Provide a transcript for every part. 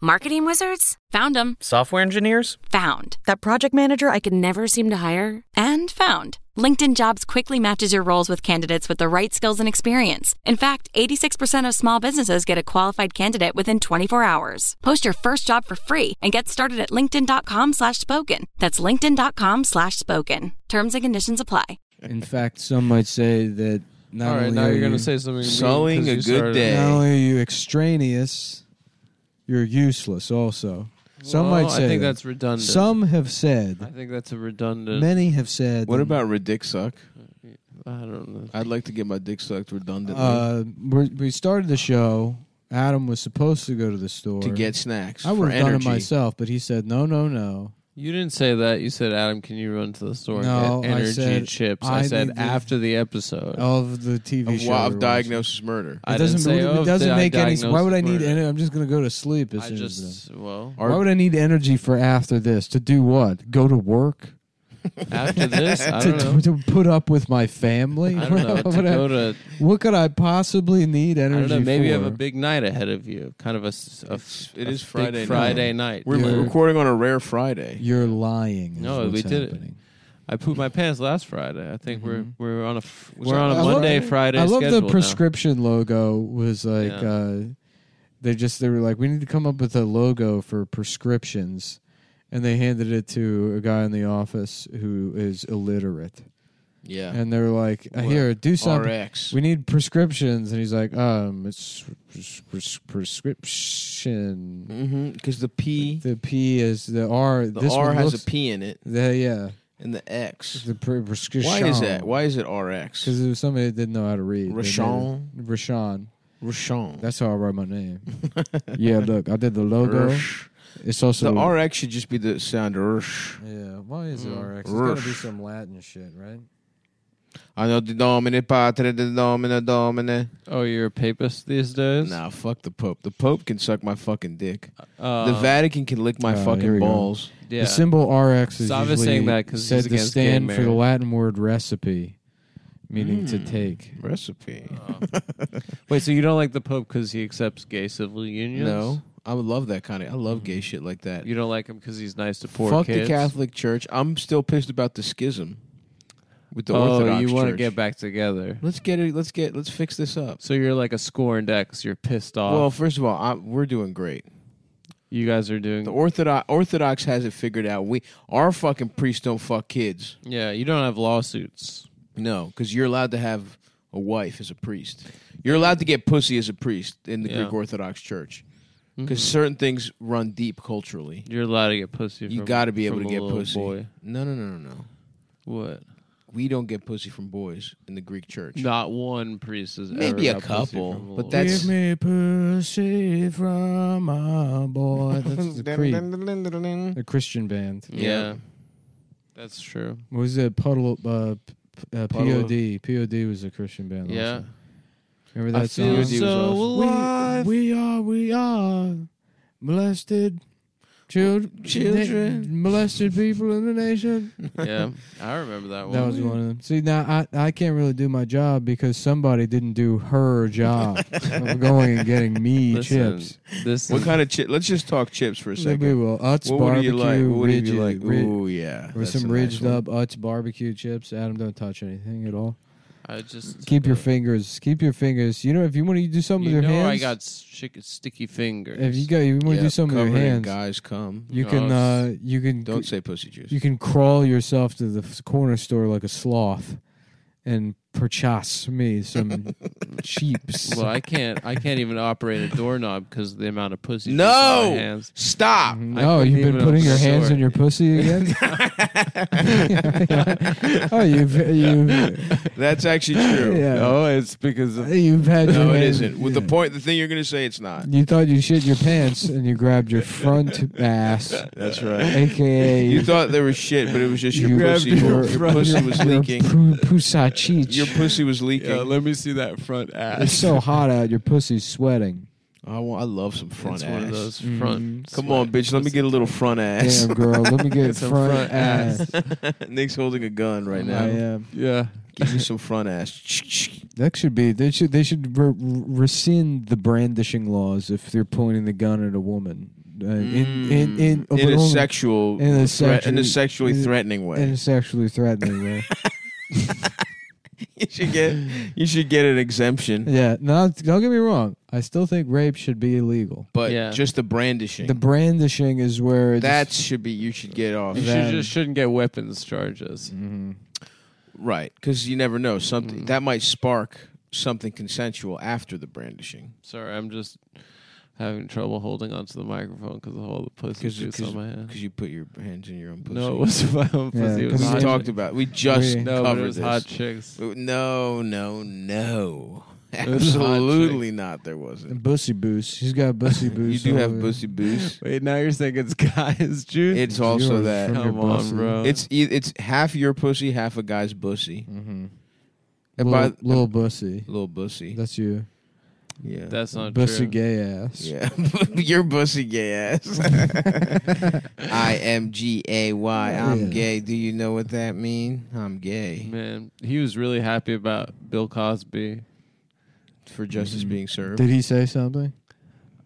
Marketing wizards? Found them. Software engineers? Found. That project manager I could never seem to hire? And found. LinkedIn Jobs quickly matches your roles with candidates with the right skills and experience. In fact, 86% of small businesses get a qualified candidate within 24 hours. Post your first job for free and get started at linkedin.com slash spoken. That's linkedin.com slash spoken. Terms and conditions apply. In fact, some might say that not All right, only now are you're you- gonna say something. mean Sowing 'cause a you good started it. day. not only are you extraneous, you're useless also. Some Well, might say I think that. that's redundant. Some have I said, think that's a redundant. many have said. What that, about her dick suck? I don't know. I'd like to get my dick sucked redundantly Uh, we're- we started the show. Adam was supposed to go to the store to get snacks. I would would have have done it myself, but he said no, no, no. You didn't say that. You said, Adam, can you run to the store No, and get I energy said, chips? I, I said need to- after the episode. Of the TV Of, show, wa- we of were diagnosis murder. watching. I It didn't doesn't. say, really- oh, it doesn't I make any. s- Why would I need? diagnosed Ener- I'm just going to go to sleep. As I soon as we're just well done. Why would I need energy for after this? To do what? Go to work? after this. I To, don't know. to put up with my family? I don't know. What to would I- go to, what could I possibly need I energy don't know. Maybe you have a for? big night ahead of you. Kind of a. s- a It's- f- it a is big Friday night. Friday night. We're Yeah. recording on a rare Friday. You're lying. is No, what's we did it. happening. I pooped my pants last Friday. I think Mm-hmm. we're we're on a f- Was we're that on a last Monday Friday? Friday. I love schedule the now. prescription logo was like Yeah. uh, they just they were like we need to come up with a logo for prescriptions, and they handed it to a guy in the office who is illiterate, Yeah. and they were like uh, here do something. RX. We need prescriptions, and he's like, um, it's pres- pres- prescription. mm-hmm. Because the P, The P is the R. the this R one has looks- a P in it, The, yeah, and the X. the pre- prescription. Why is that? Why is it RX? Because it was somebody that didn't know how to read. They made it- Rashawn? Rashawn. Rashawn. That's how I write my name. yeah, look, I did the logo. Rsh. It's also The Mm. RX should just be the sound. Rsh. Yeah, why is it RX? It's gotta be some Latin shit, right? I know the domine, patre, the domine, domine. Oh, you're a papist these days. Nah, fuck the Pope. The Pope can suck my fucking dick. Uh, the Vatican can lick my Oh, here we fucking go. balls. yeah. The symbol RX is So I was usually saying that 'cause said he's to against stand gay for the marriage. Latin word recipe, meaning Mm. to take. Recipe. Wait, so you don't like the Pope because he accepts gay civil unions? No, I would love that kind of. I love gay shit like that. Mm-hmm. You don't like him because he's nice to poor Fuck kids? the Catholic Church. I'm still pissed about the schism with the oh, Orthodox you want to Church. get back together. Let's get it. Let's get. Let's fix this up. So you're like a scorned ex. You're pissed off. Well, first of all, I, we're doing great. you guys are doing. The Orthodox Orthodox has it figured out. We our fucking priests don't fuck kids. yeah, you don't have lawsuits. No, because you're allowed to have a wife as a priest. You're allowed to get pussy as a priest in the Yeah. Mm-hmm. Greek Orthodox Church. Because certain things run deep culturally. You're allowed to get pussy. You from- got to be able from to a get little pussy. Boy. No, no, no, no, no. What? We don't get pussy from boys in the Greek Church. Not one priest has Maybe ever a got pussy couple, from a but little that's- Give me pussy from my boy. That's the Creed, the Christian band. boy. yeah. That's true. What was it? Puddle. Uh, p- uh, POD. POD was a Christian band. Yeah. Also. Remember that I song? feel so alive. We, we are, we are molested children, Children. molested people in the nation. yeah, I remember that one. That was one of them. See, now I, I can't really do my job because somebody didn't do her job of going and getting me Listen, chips. This What is- kind of chip? Let's just talk chips for a Maybe second. we'll Utz What would barbecue you like? What would ridges, you like? ri- Ooh, yeah. or that's a some nice ridged one. up Utz barbecue chips. Adam, don't touch anything at all. I just Keep your fingers. Keep your fingers. You know, if you want to do something You with know, your hands, I got s- chick- sticky fingers. if you go, you want to do Yep, something with your covered in hands, Guys, come. you No, can. it's- Uh, you can. Don't say pussy juice. You can crawl yourself to the f- corner store like a sloth, and purchase me some cheeps. well, I can't. I can't even operate a doorknob because the amount of pussy. juice in no! my hands. Stop! No, couldn't Oh, you've been even putting your hands absorb in your pussy again. oh, you've you've, That's actually true. Oh, yeah. No, Oh, it's because of you've had your No, it hands- isn't. With the point, the thing you're going to say, it's not. You thought you shit your pants and you grabbed your front ass, That's right. aka You thought there was shit, but it was just your You pussy. grabbed your Your, pussy was leaking. Poo- pussy cheech. Your pussy was leaking. let me see that front It's ass. so hot out, your pussy's sweating. I, want, I love some front It's ass. one of those Mm. front. Come on, bitch. Let me get a little front ass. Damn, girl, let me get some front, front ass. Nick's holding a gun right I now. am. Yeah. Give me some front ass. That should be. They should. They should re- rescind the brandishing laws if they're pointing the gun at a woman. Uh, in in in, Mm. in but a only- sexual, in a threat- in sexually- a sexually in- threatening way. in a sexually threatening way. you should get you should get an exemption, yeah. Now, don't get me wrong. I still think rape should be illegal. but Yeah. just the brandishing. The brandishing is where it's, that should be you should get off. You Then- should, just shouldn't get weapons charges. Mm-hmm. Right, because you never know something that might spark something consensual after the brandishing. Sorry, I'm just having trouble holding onto the microphone because of all the pussy Because juice on my hand. you put your hands in your own pussy. No, it wasn't my own Yeah, pussy. it was because we it's hot talked chicks. about. We just We- No, but covered it was this. hot chicks. No, no, no. was hot Absolutely not. There wasn't. bussy boost. He's got bussy You boost. do all have over. bussy boost. Wait, now you're saying it's guys juice? It's also Yours that. from your Come on, bussy. bro. It's e- it's half your pussy, half a guy's bussy. Mm-hmm. And Little, by little bussy. little bussy. That's you. Yeah. that's not Bussy true. gay ass. yeah. Your bussy gay ass. I am G A Y. Yeah. I'm gay. Do you know what that mean? I'm gay. Man, he was really happy about Bill Cosby. For justice being served. Did he say something?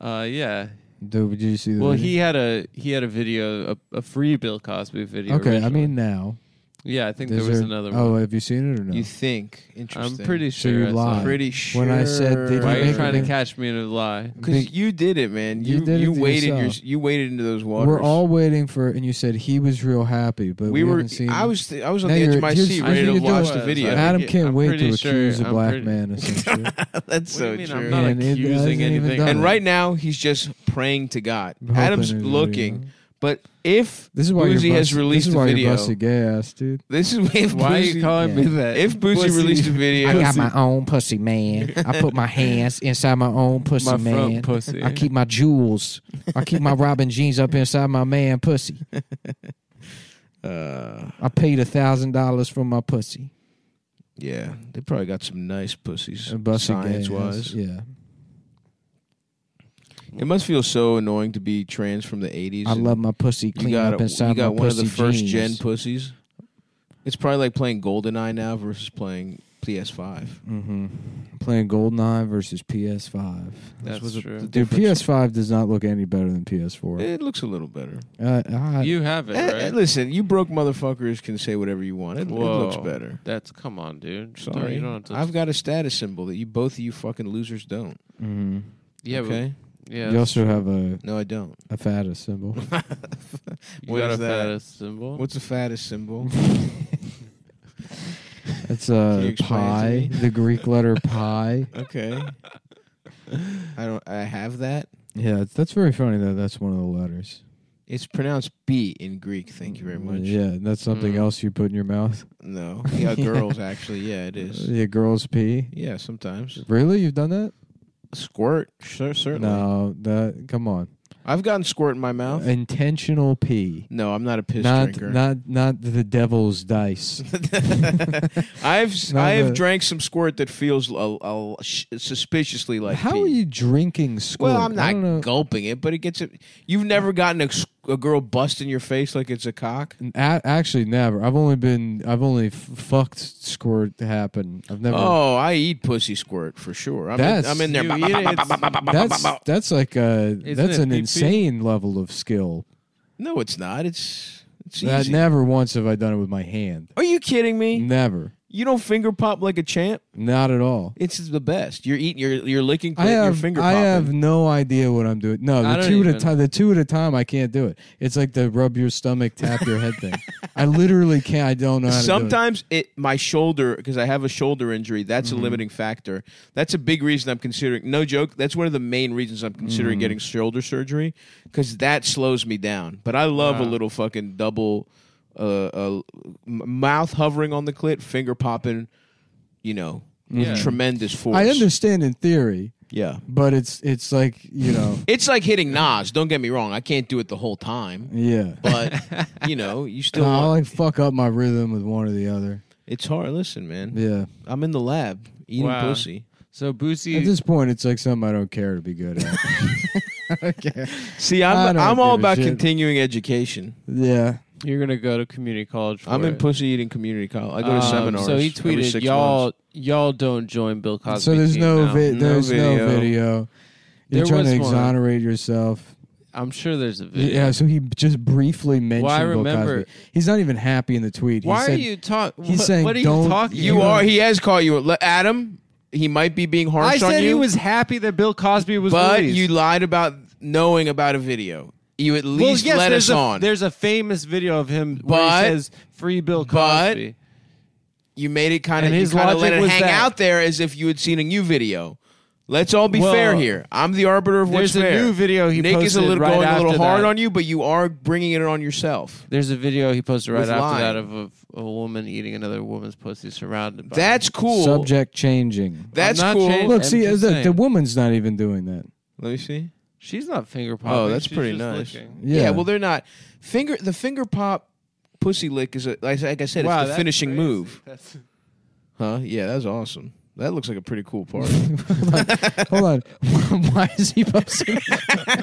Uh, yeah. Did, did you see the Well, video? he had a he had a video, a, a free Bill Cosby video. Okay, I originally. mean now. yeah, I think Is there was there- another one. Oh, have you seen it or no? You think? I'm Interesting. pretty So sure. you I saw lied. it. pretty sure. When I said they Why are you Make- trying to make- catch me in a lie? Because you did it, man. You You did it you to waded your yourself. you waded into those waters. We're all waiting for, and you said he was real happy, but we we, were. haven't seen. I was th- I was on Now the edge you're- of my here's- seat, I ready think to you're watch doing- the video. I Adam think it- can't I'm wait pretty to accuse sure- a I'm black pretty- man of some shit. That's What do so you mean? true. I'm not Man, it hasn't accusing even anything. done And Yeah. right now, he's just praying to God. Hoping Adam's it- looking, yeah. but if This is why Boozy you're has busted- released this is a why video, you're busted gay ass, dude. this is if Why are Boozy- you calling me Yeah. that? if Boozy Pussy. released a video, I got my own pussy, man. I put my hands inside my own pussy, My man. front pussy. I keep my jewels. I keep my Robin jeans up inside my man pussy. Uh, I paid a thousand dollars for my pussy. yeah, they probably got some nice pussies. A busted gay Science ass. wise, Yeah. it must feel so annoying to be trans from the '80s. I and love my pussy You clean got up a- inside you got my one of pussy the first jeans. gen pussies. It's probably like playing GoldenEye now versus playing PS5. Mm-hmm. Playing GoldenEye versus PS5. That's was true. the Dude, Dude, difference. PS5 does not look any better than PS4. It looks a little better. Uh, I- you have it, Eh, eh, right? listen, you broke motherfuckers can say whatever you want. It, it looks Whoa. better. That's come on, dude. Don't- Sorry, you don't have to. I've got a status symbol that you both of you fucking losers don't. mhm. yeah, but- okay. yeah. you also have a, No, I don't. a fattest symbol. you What got is a that? fattest symbol. What's the fattest symbol? It's you a explain it to pi, me? the Greek letter pi. okay. I don't. I have that. Yeah, it's- that's very funny though. That's one of the letters. It's pronounced B in Greek. Thank you very much. Yeah, and that's something Mm. else you put in your mouth. No. Yeah, girls actually. Yeah, it is. Yeah, girls pee. Yeah, sometimes. Really, you've done that? Squirt, sure, certainly. No, that come on. I've gotten squirt in my mouth. Intentional pee, No, I'm not a piss not drinker. not not the devil's dice. I've Not I have the- drank some squirt that feels a, a, sh- suspiciously like. How pee. are you drinking squirt? Well, I'm I don't know. not gulping it, but it gets. A, you've never gotten a, s- a girl bust in your face like it's a cock. A- actually, never. I've only been. I've only f- fucked squirt happen. I've never. Oh, I eat pussy squirt for sure. I'm, in, That's- I'm in there. You bah, eat bah, it, bah, bah, it's- bah, bah, bah, bah, bah, that's bah. that's like a that's it an pee-pee? insane level of skill. No, it's not. It's it's That easy. never once have I done it with my hand. Are you kidding me? Never. You don't finger pop like a champ. Not at all. It's the best. You're eating. You're you're licking. I your have finger I popping. have no idea what I'm doing. No, I the don't two at even- a time. The two at a time. I can't do it. It's like the rub your stomach, tap your head thing. I literally can't. I don't know. How Sometimes it my shoulder because I have a shoulder injury. That's Mm-hmm. a limiting factor. That's a big reason I'm considering. No joke. That's one of the main reasons I'm considering Mm. getting shoulder surgery because that slows me down. But I love a little fucking double, uh, uh, m- mouth hovering on the clit, finger popping. You know, with Yeah. tremendous to force. do it. I understand in theory, Yeah. but it's it's like you know, It's like hitting Nas. Don't get me wrong. I can't do it the whole time, yeah. but you know, you still. No, I want- like fuck up my rhythm with one or the other. it's hard. Listen, man. Yeah, I'm in the lab eating Wow. pussy. So At Boosie, this point, it's like something I don't care to be good at. okay. See, I I'm don't I'm all give a about shit. continuing education. Yeah. you're gonna go to community college. For I'm in it. pussy eating community college. I go to Um, seminars. So he every tweeted, six "Y'all, months." y'all don't join Bill Cosby." so there's team no, now. vi- No there's no video. video. You're There trying to was one. exonerate yourself. I'm sure there's a video. Yeah. So he just briefly mentioned I Bill remember- Cosby. He's not even happy in the tweet. He Why are said- you talking? he's What, saying what are you don't- talking? You about? are. He has caught you, Le- Adam. He might be being harsh I on you. said he was happy that Bill Cosby was but released. you lied about knowing about a video. You at well, least yes, let there's us a, on. There's a famous video of him But- where he says "Free Bill but- Cosby." you made it kind of And you his kind of let logic it was hang that- out there as if you had seen a new video. Let's all be Well, fair here. I'm the arbiter of what's there's a fair. new video he Nick is a posted little right going a little after hard that. on you, but you are bringing it on yourself. There's a video he posted right With after lying. that of a, a woman eating another woman's pussy surrounded by. That's cool. subject changing? That's I'm not cool. changing- Look, I'm see, just the, saying. the woman's not even doing that. Let me see. she's not finger popping. Oh, that's she's pretty just nice. looking. Yeah. Yeah. well, they're not finger. The finger pop pussy lick is a, like, like I said, wow, it's the that's finishing crazy. move, That's- huh? Yeah, that's awesome. That looks like a pretty cool part. Hold on. Why is he posting?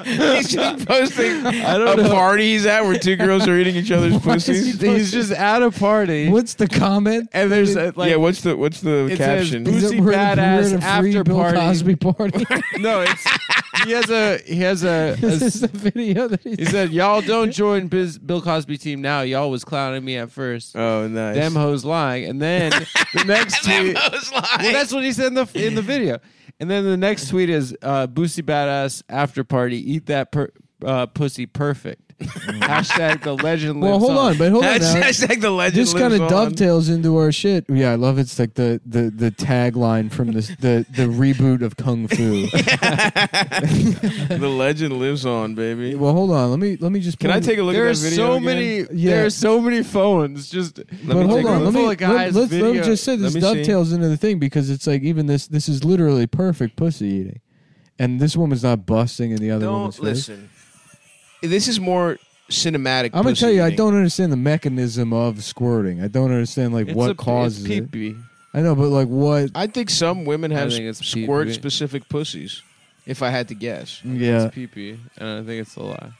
he's just posting I don't a know. party he's at where two girls are eating each other's Why is he pussies. posting- He's just at a party. What's the comment? And there's a, like yeah, what's the what's the It says caption? boozy We're at- badass we're at a free after Bill party. Cosby party. no, it's he has a he has a. this a- is the video that he's. he said, "Y'all don't join Biz, Bill Cosby team now. Y'all was clowning me at first. oh, nice. Them hoes lying." And then the next tweet, well, that's what he said in the in the video. And then the next tweet is, uh, "Boosie badass after party. Eat that per, uh, pussy perfect." Hashtag the legend. well, lives hold on, but hold on. That's Now. hashtag the legend. This kind lives of on. dovetails into our shit. Yeah, I love it's like the the the tagline from this the the reboot of Kung Fu. The legend lives on, baby. Well, hold on. Let me let me just. Can I take a look There at are that video? so again? many. Yeah. There are so many phones. Just Let me But hold take a on, look. let me, Full of guys let, us let me video. just say this Let me see. dovetails into the thing because it's like even this this is literally perfect pussy eating, and this woman's not busting in the other woman's Don't face. listen. This is more cinematic. I'm gonna pussy tell you, I eating. don't understand the mechanism of squirting. I don't understand like it's what a- it's causes it. pee-pee. I know, but like what? I think some women I have think it's pee-pee. squirt specific pussies. If I had to guess, yeah, It's pee pee, and I think it's a lie.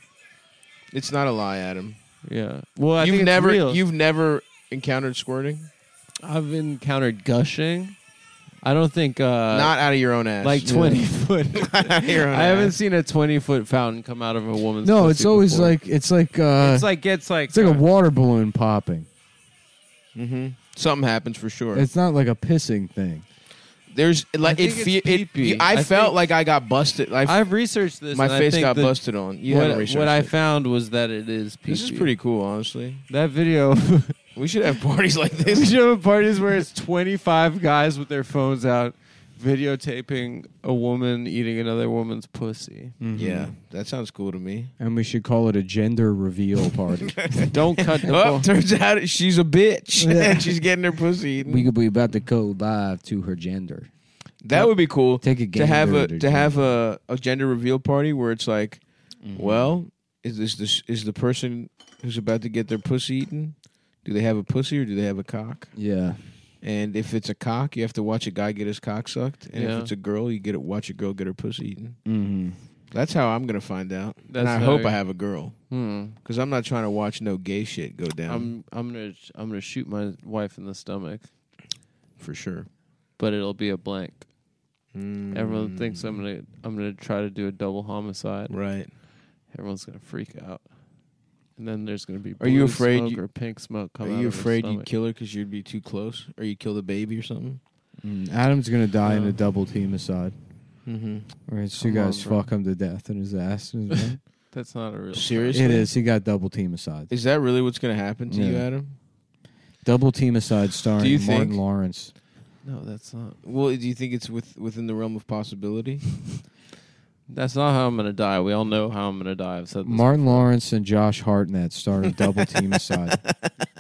it's not a lie, Adam. Yeah. Well, I think you've it's never real. you've never encountered squirting, I've encountered gushing. I don't think uh, not out of your own ass, like twenty foot. Out of your own I haven't ass. seen a twenty foot fountain come out of a woman's. no, pussy it's always before. like it's like uh, it's like it's like uh, it's like a water balloon popping. Something happens for sure. It's not like a pissing thing. There's like it. think Fe- it's it pee-pee. I, I felt think- like I got busted. I, I've researced this. my and I face think got that busted on. You what haven't researched what I it. found was that it is. Pee-pee. This is pretty cool, honestly. That video. We should have parties like we this. should have parties where it's twenty five guys with their phones out, videotaping a woman eating another woman's pussy. Yeah, that sounds cool to me. And we should call it a gender reveal party. Don't cut the Oh, ball. turns out she's a bitch and she's getting her pussy eaten. We could be about to go live to her gender. that would be cool. Take a to have gander a at her to have a, a gender reveal party where it's like, well, is this this is the person who's about to get their pussy eaten? Do they have a pussy or do they have a cock? yeah, And if it's a cock, you have to watch a guy get his cock sucked. And Yeah. if it's a girl, you get to watch a girl get her pussy eaten. Mm-hmm. That's how I'm gonna find out. That's and I how hope you- I have a girl Hmm. because I'm not trying to watch no gay shit go down I'm I'm gonna I'm gonna shoot my wife in the stomach, for sure. but it'll be a blank. Everyone Mm. thinks I'm gonna I'm gonna try to do a double homicide. Right. Everyone's gonna freak out, and then there's gonna be Are you blue afraid smoke you- or pink smoke Are coming? out you of her afraid you'd stomach. kill her because you'd be too close, or you kill the baby or something? Mm, Adam's gonna die in No. a double team aside. Mm-hmm. Where it's two Come on, guys bro. fuck him to death in his ass. it That's not a real Seriously, is. He got double team aside. Is that really what's going to happen to you, Yeah. Adam? Double Team Aside starring Do you Martin think- Lawrence. No, that's not. Well, do you think it's with, within the realm of possibility? That's not how I'm gonna die. We all know how I'm gonna die. I've said this. Martin Lawrence and Josh Hartnett starring Double Team Aside.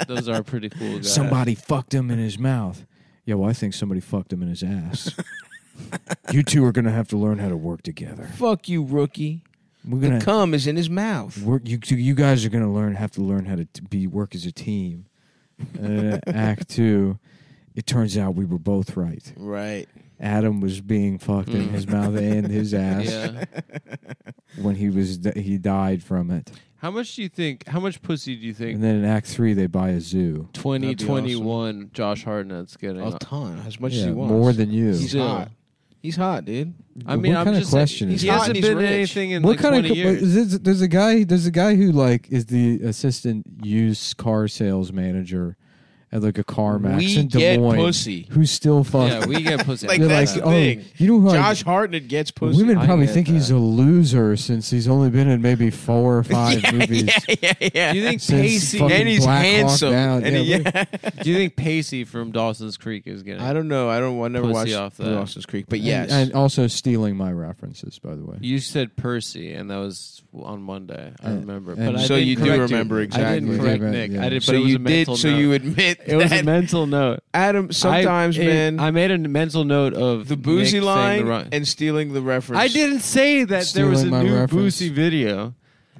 Those are pretty cool guys. Somebody fucked him in his mouth. Yeah, well, I think somebody fucked him in his ass. you two are going to have to learn how to work together. Fuck you, rookie. We're The going to cum is in his mouth. work. You, two- you guys are going to learn have to learn how to t- be work as a team. And then Act two It turns out we were both right. Right. Adam was being fucked in his mouth and his ass Yeah. when he was he died from it. How much do you think? How much pussy do you think And then in Act Three, they buy a zoo. 2021 Josh Hartnett's getting? A ton, as much as Yeah, he wants. more than you. He's Yeah. hot. He's hot, dude. I mean, what I'm kind of just question saying, is he that? hasn't He's been rich. anything in what like kind 20 of co- years. is this- there's a guy there's a guy who like is the assistant used car sales manager at like a CarMax We in Des get Moines pussy. who's still fucking. yeah, we get pussy. Like You're that's like, the oh, thing. you know who I- Josh Hartnett gets pussy. Women I probably get think he's that. a loser since he's only been in maybe four or five movies. yeah, yeah. do you think Since Pacey? fucking and he's Black Hawk handsome. Down. And Yeah, he- yeah. Do you think Pacey from Dawson's Creek is getting? I don't know. I don't. I never Pussy watched off that. Dawson's Creek, but And- yes. and, also stealing my references, by the way. You said Percy, and that was on Monday. I And- remember. and- But I so didn't you do correct remember I exactly. didn't correct Yeah. Nick. Yeah. I did, so but it was you a did. mental So note. you admit It was that- a mental note. Adam. Sometimes, I, it- man, I made a mental note of the boozy Nick saying line the wrong- and stealing the reference. I didn't say that there was a Stealing my new reference. boozy video.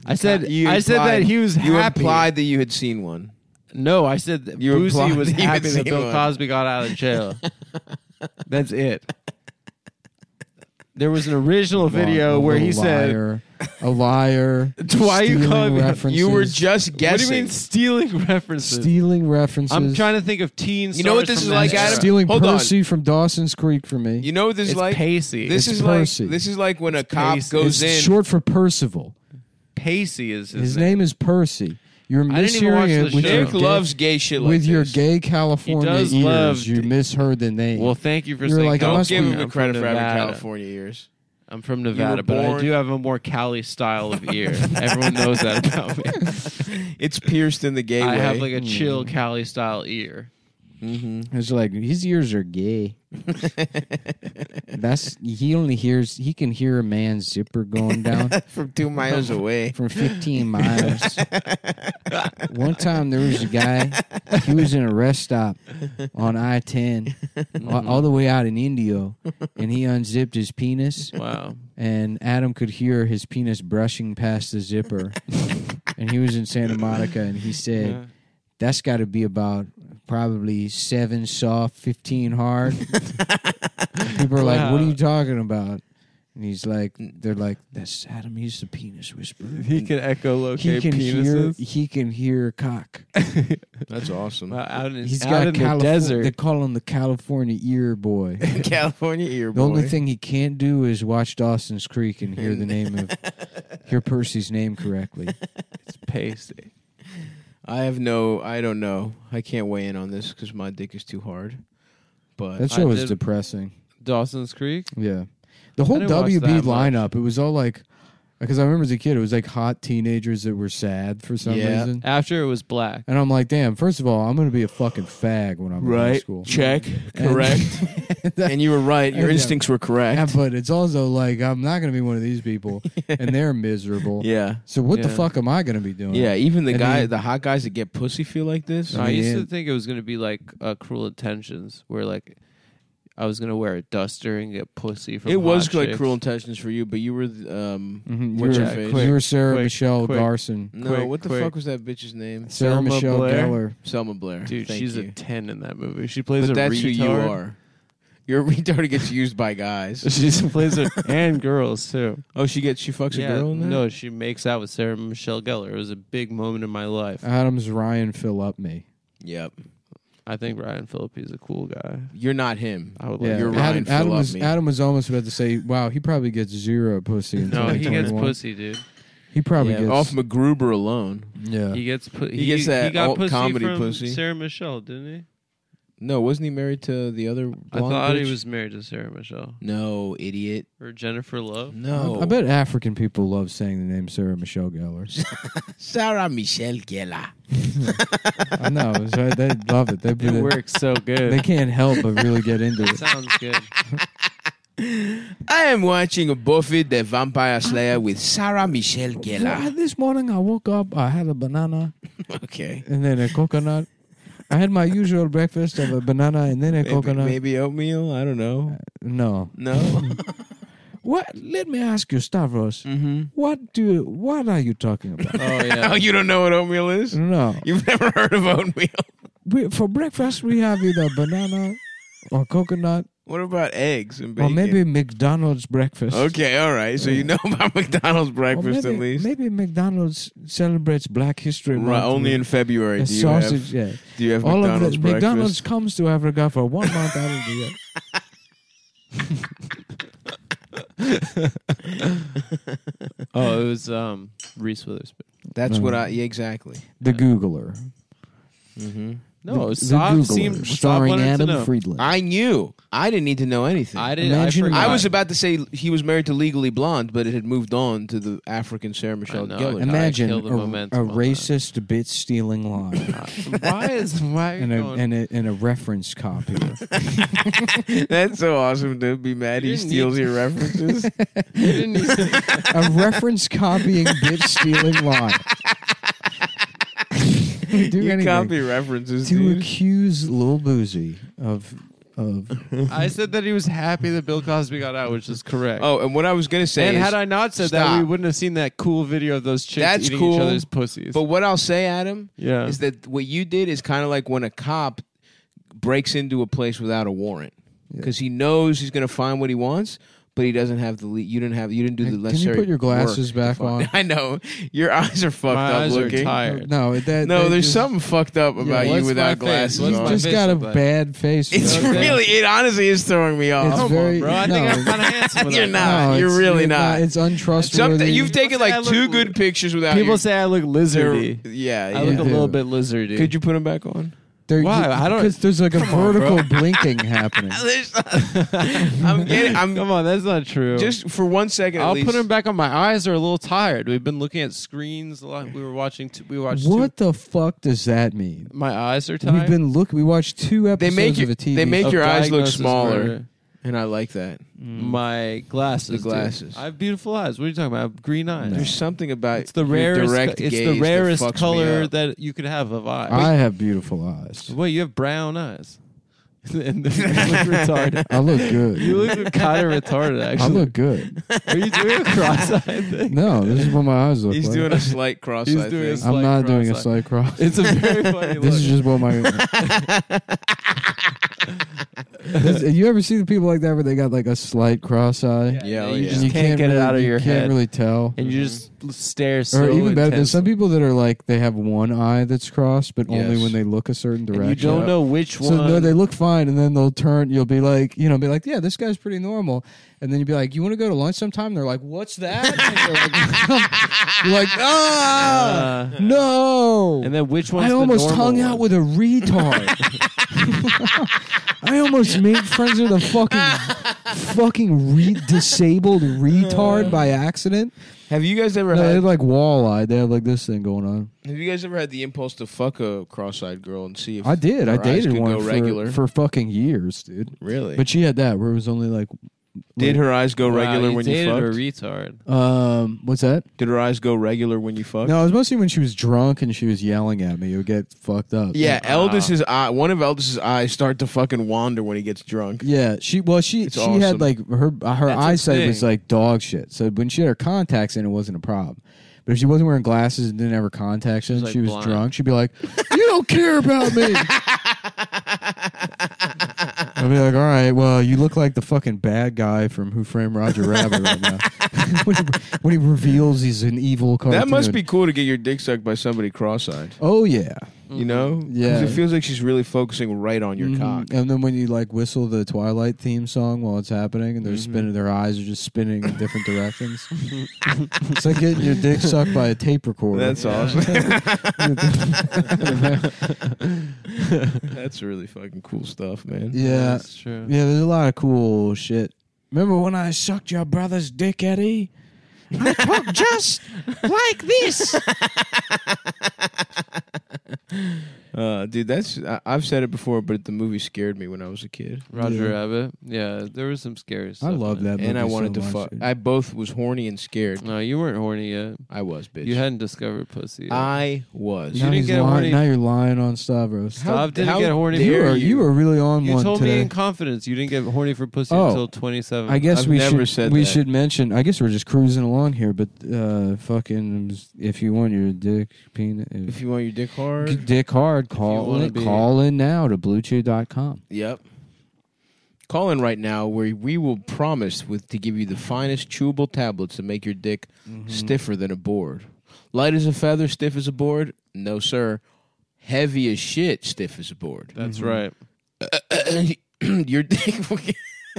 I said You I said implied- that he was You happy. implied that you had seen one. no, I said that You Boosie implied was that you had happy that seen Bill one. Cosby got out of jail. That's it. There was an original video Wow, where he little said, liar, a liar. Why are you stealing calling me- references, You were just "What do guessing. you mean stealing references?" stealing references? I'm trying to think of teen. You know what stars this from is like, that era. Adam? stealing Hold on. Percy from Dawson's Creek for me. You know what this is It's like? Pacey. This It's is like Percy. this is like when a cop Pacey. goes it's in. short for Percival. Pacey is his, His name is Percy. You're I didn't even mishearing watch it the with show. your Nick Dick gay, loves gay shit like with your this. gay California does ears. love- you misheard the name. Well, thank you for You're saying. like, California. Don't must give be- him the I'm credit from for having Nevada. California years. I'm from Nevada, but I born- do have a more Cali style of ear. Everyone knows that about me. It's pierced in the gay I way. have like a chill Hmm. Cali style ear. It's like his ears are gay. That's he only hears he can hear a man's zipper going down from two miles away. from 15 miles. One time there was a guy, he was in a rest stop on I-10 all, all the way out in Indio, and he unzipped his penis, Wow. and Adam could hear his penis brushing past the zipper. and he was in Santa Monica, and he said, "That's got to be about." Probably seven soft, fifteen hard. People are like, "What are you talking about?" And he's like, "They're like, that's Adam. He's the penis whisperer." He can echolocate he can penises. hear he can hear cock. That's awesome. Wow, uh, out in, He's out got in Calif- the desert. They call him the California ear boy. the California ear boy. only thing he can't do is watch Dawson's Creek and hear the name of hear Percy's name correctly. it's pasty. I have no. I don't know. I can't weigh in on this because my dick is too hard. But That I show was did- depressing. Dawson's Creek. Yeah, the whole didn't watch WB that much. lineup. It was all like, because I remember as a kid, it was like hot teenagers that were sad for some Yeah. reason. After it was black. And I'm like, damn. First of all, I'm gonna be a fucking fag when I'm in high right, school. check, correct, and you were right. Your Yeah. instincts were Yeah, correct. but it's also like I'm not gonna be one of these people, and they're miserable. Yeah, So what the Yeah. fuck am I gonna be doing? yeah. Even the And guy, then- the hot guys that get pussy feel like this. No, I used to Yeah. think it was gonna be like uh, Cruel Intentions, where like I was gonna wear a duster and get pussy from. It was hot like chicks. cruel intentions for you, but you were um, Mhm, what's you her were, face? you were Sarah Mm-hmm. quick, Michelle quick. Garson, No, Quick, what the quick. fuck was that bitch's name? Sarah Selma Michelle Blair. Geller. Selma Blair. Dude, Thank she's a you. ten in that movie. She plays But a that's retard. who you are. You're a retard who gets used by guys. She plays her and girls too. Oh, she gets she fucks a girl in that? no, she makes out with Sarah Michelle Gellar. It was a big moment in my life. Adams Ryan fill up me. Yep. I think Ryan Phillippe is a cool guy. You're not him. I would Yeah, like. You're to- Adam, Ryan Adam Fill Up was Me. Adam was almost about to say, "Wow, he probably gets zero pussy." In No, he gets 2021." pussy, dude. He probably Yeah, gets off MacGruber alone. Yeah, He gets pu- he, gets he that got alt pussy comedy from pussy. Sarah Michelle, didn't he? No, wasn't he married to the other I blonde thought bitch? he was married to Sarah Michelle No, idiot. or Jennifer Love. No. I bet African people love saying the name Sarah Michelle Gellar. Sarah Michelle Gellar. I know so they love it. They, It they, works so they good. can't help but really get into it. Sounds good. I am watching Buffy the Vampire Slayer with Sarah Michelle Yeah, Gellar. this morning I woke up, I had a banana okay. and then a coconut. I had my usual breakfast of a banana and then a Maybe, coconut. maybe oatmeal. I don't know. No. No. What? Let me ask you, Stavros. Mm. Mm-hmm. What do? you- What are you talking about? Oh yeah. Mm. you don't know what oatmeal is? no. You've never heard of oatmeal. we, for breakfast we have either banana or coconut What about eggs and or bacon? maybe McDonald's breakfast. Okay, all right. So you know about McDonald's Or breakfast maybe, at least. maybe McDonald's celebrates Black History Month. Right, only in with February a do you sausage. have yeah, do you have all McDonald's of the breakfast. McDonald's comes to Africa for one month out of the year. Oh, it was um, Reese Witherspoon. That's what I yeah, exactly. The Googler, No, Oh, the, Saab Googler, seemed Saab starring wanted to Adam know. Friedland. I knew. I didn't need to know anything. I didn't. Imagine- I, forgot. I was about to say he was married to Legally Blonde, but it had moved on to the African Sarah Michelle know. Gellar. Ima- Imagine a, kill the a momentum on that. racist bit stealing lie why is why are you and, a, going? and, a, and a reference copy. That's so awesome to be mad he You didn't steals your references. you didn't need to- a reference copying bit stealing lie. Do you anything copy references, to dude. accuse Lil Boozy of of I said that he was happy that Bill Cosby got out, which is correct. Oh, and what I was gonna say and is, had I not said that, stop. we wouldn't have seen that cool video of those chicks That's eating cool, each other's pussies. But what I'll say, Adam, Yeah. is that what you did is kind of like when a cop breaks into a place without a warrant because he knows he's going to find what he wants, but he doesn't have the le- you didn't have you didn't do the Can you necessary. put your glasses back work to find- on? I know your eyes are fucked my up eyes looking. are tired. no that No, that there's just- something fucked up about you what's my without face? glasses What's on. my He's just got a Official, but- bad face. it's man. really it honestly is throwing me It's off. Come on, very- bro. I think no. I'm kind of handsome. without You're that. not. No, you're it's- really you're not. It's Something, untrustworthy. you've taken I like look- two good pictures without People your- say I look lizardy. Yeah, I look yeah. a little bit lizardy. Could you put them back on? They're- Why? I don't- Because there's like a vertical blinking happening. There's not- I'm getting. I'm Come on, that's not true. just for one second. at I'll least. put him back on. My eyes are a little tired. We've been looking at screens a lot. We were watching. T- we watched. two- What the fuck does that mean? my eyes are tired. We've been look. We watched two They episodes make you, of a TV. they make Of your eyes look diagnosis smaller, murder. and I like that. Mm. My glasses. The dude. glasses. I have beautiful eyes. What are you talking about? I have green eyes. There's something about It's the your rarest. Direct it's gaze the that rarest fucks me color up. that you could have of eyes. I have beautiful eyes. Wait, you have brown eyes. and they look retarded. I look good. You look kind of retarded, I actually. look good. Are you doing a cross-eyed thing? No, this is what my eyes look He's like. doing a slight cross. He's I doing a think. slight I'm not doing a cross-eyed. slight cross. It's a very funny look. This is just what my. This- you ever see the people like that where they got like a slight cross eye? Yeah, oh, you yeah. just You can't, get really, it out of you your can't head, really tell. and you just stare so. or even better, there's some intensely. people that are like they have one eye that's crossed, but only Yes. when they look a certain direction. And you don't know which So one. uh, no, they look fine, and then they'll turn. You'll be like, you know, be like, yeah, this guy's pretty normal. And then you'll be like, you want to go to lunch sometime? And they're like, what's that? And they're like, You're like, ah, Uh, no. and then which one's I the almost normal hung out one? with a retard. I almost made friends with a fucking fucking re- disabled Uh. retard by accident. Have you guys ever No, they had? had like walleye. They had like this thing going on. have you guys ever had the impulse to fuck a cross-eyed girl and see if I did. I her eyes dated could one go for, regular? for fucking years, dude. really? But she had that where it was only like did her eyes go Wow, regular you when you dated fucked? a retard. Um, what's that? did her eyes go regular when you fucked? No, it was mostly when she was drunk and she was yelling at me. It would get fucked up. Yeah, Eldest's eye. One of Eldest's eyes start to fucking wander when he gets drunk. Yeah, she well she It's she awesome. had like her her That's a eyesight was thing. like dog shit. So when she had her contacts in, it wasn't a problem. But if she wasn't wearing glasses and didn't have her contacts in, like, she was blind. drunk. She'd be like, "You don't care about me." I'd be like, "All right, well, you look like the fucking bad guy from Who Framed Roger Rabbit right now." when, he, when he reveals he's an evil cartoon. That must be cool to get your dick sucked by somebody cross-eyed. Oh yeah. You know? 'Cause Mm-hmm. Yeah. It feels like she's really focusing right on your Mhm. cock. And then when you like whistle the Twilight theme song while it's happening, and they're Mm-hmm. spinning, their eyes are just spinning in different directions. it's like getting your dick sucked by a tape recorder. That's awesome. That's really fucking cool stuff, man. yeah, That's true. yeah. There's a lot of cool shit. Remember when I sucked your brother's dick, Eddie? I talk just like this. Uh, dude, that's I, I've said it before, but the movie scared me when I was a kid, Roger Yeah. Rabbit. Yeah, there was some scary stuff. I in love it. that. Movie and I wanted so to much, fuck. dude. I both was horny and scared. No, you weren't horny yet. I was, bitch. You hadn't discovered pussy. Yet. I was. You now, didn't he's get lying, horny- now you're lying on Stavros. How Stav didn't how get horny. dare you for- are you? you are really on You one told today. me in confidence you didn't get horny for pussy Oh. until 27. I guess I've we never should said we that. should mention. I guess we're just cruising along here, but uh, fucking, if you want your dick penis, If you want your dick hard, dick hard, call wanna in, be- call in now to bluechew.com. Yep. Call in right now where we will promise with to give you the finest chewable tablets to make your dick stiffer than a board. Light as a feather, stiff as a board? No, sir. Heavy as shit, stiff as a board. Mm-hmm. That's right. your dick will get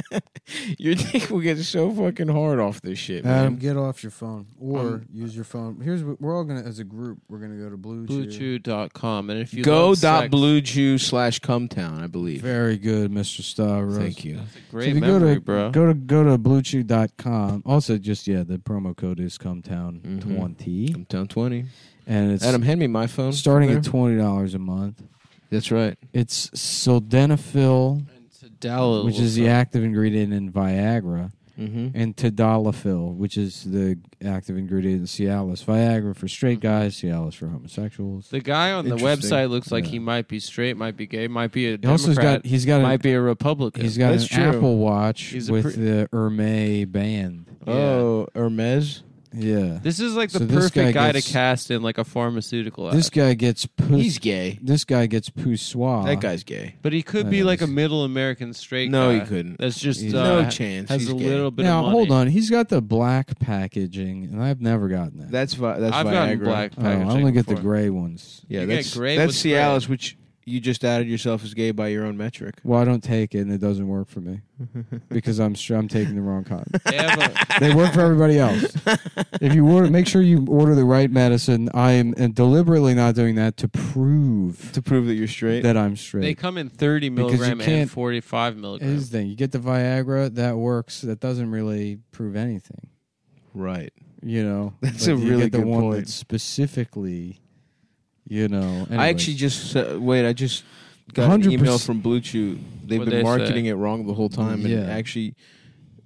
your dick will get so fucking hard off this shit, man. Adam, get off your phone or use your phone. Here's what we're all gonna, as a group, we're gonna go to Blue, Chew. Bluechew.com. And if you Go love dot sex- blue chew slash cumtown, I believe. Very good, Mr. Stavros. Thank you. Great if you memory, go to, bro. Go to go to bluechew.com. Also, just yeah, the promo code is cometown twenty, Cumtown twenty. and it's Mm-hmm. Adam, hand me my phone. starting at there. twenty dollars a month. That's right. It's sildenafil, Dalil. which is the active ingredient in Viagra, Mm-hmm. and tadalafil, which is the active ingredient in Cialis. Viagra for straight guys, Cialis for homosexuals. Mm-hmm. The guy on the Interesting. website looks like Yeah. he might be straight, might be gay, might be a He also has Democrat, got he's got might an, be a Republican. he's got an That's true. Apple Watch He's a with pre- the Hermes band. Oh, Hermes. Yeah, This is like the So this perfect guy, guy to gets- cast in like a pharmaceutical this ad. guy gets pus- He's gay. this guy gets poussoir. That guy's gay. But he could That be like a is- middle American straight No, guy. he couldn't. That's just He's- uh, No ha- chance. Has He's a gay. little bit now of money. hold on, he's got the black packaging, and I've never gotten that. That's vi- that's I've Viagra. gotten black oh, I packaging only get the before. gray ones. Yeah, You get that's gray that's with gray. Cialis, which you just outed yourself as gay by your own metric. Well, I don't take it, and it doesn't work for me because I'm sure I'm taking the wrong kind. They have a- They work for everybody else. If you order, make sure you order the right medicine. I am and deliberately not doing that to prove To prove that you're straight. that I'm they straight. come in 30 Because you milligram and can't- 45 milligram. Is the thing you get the Viagra that works? That doesn't really prove anything. right. You know, That's But a you really get the good one point. that's specifically. You know, I anyways. actually just uh, wait. I just got an 100%. email from Blue Chew. They've What'd been they marketing it wrong the whole time, Yeah. and actually,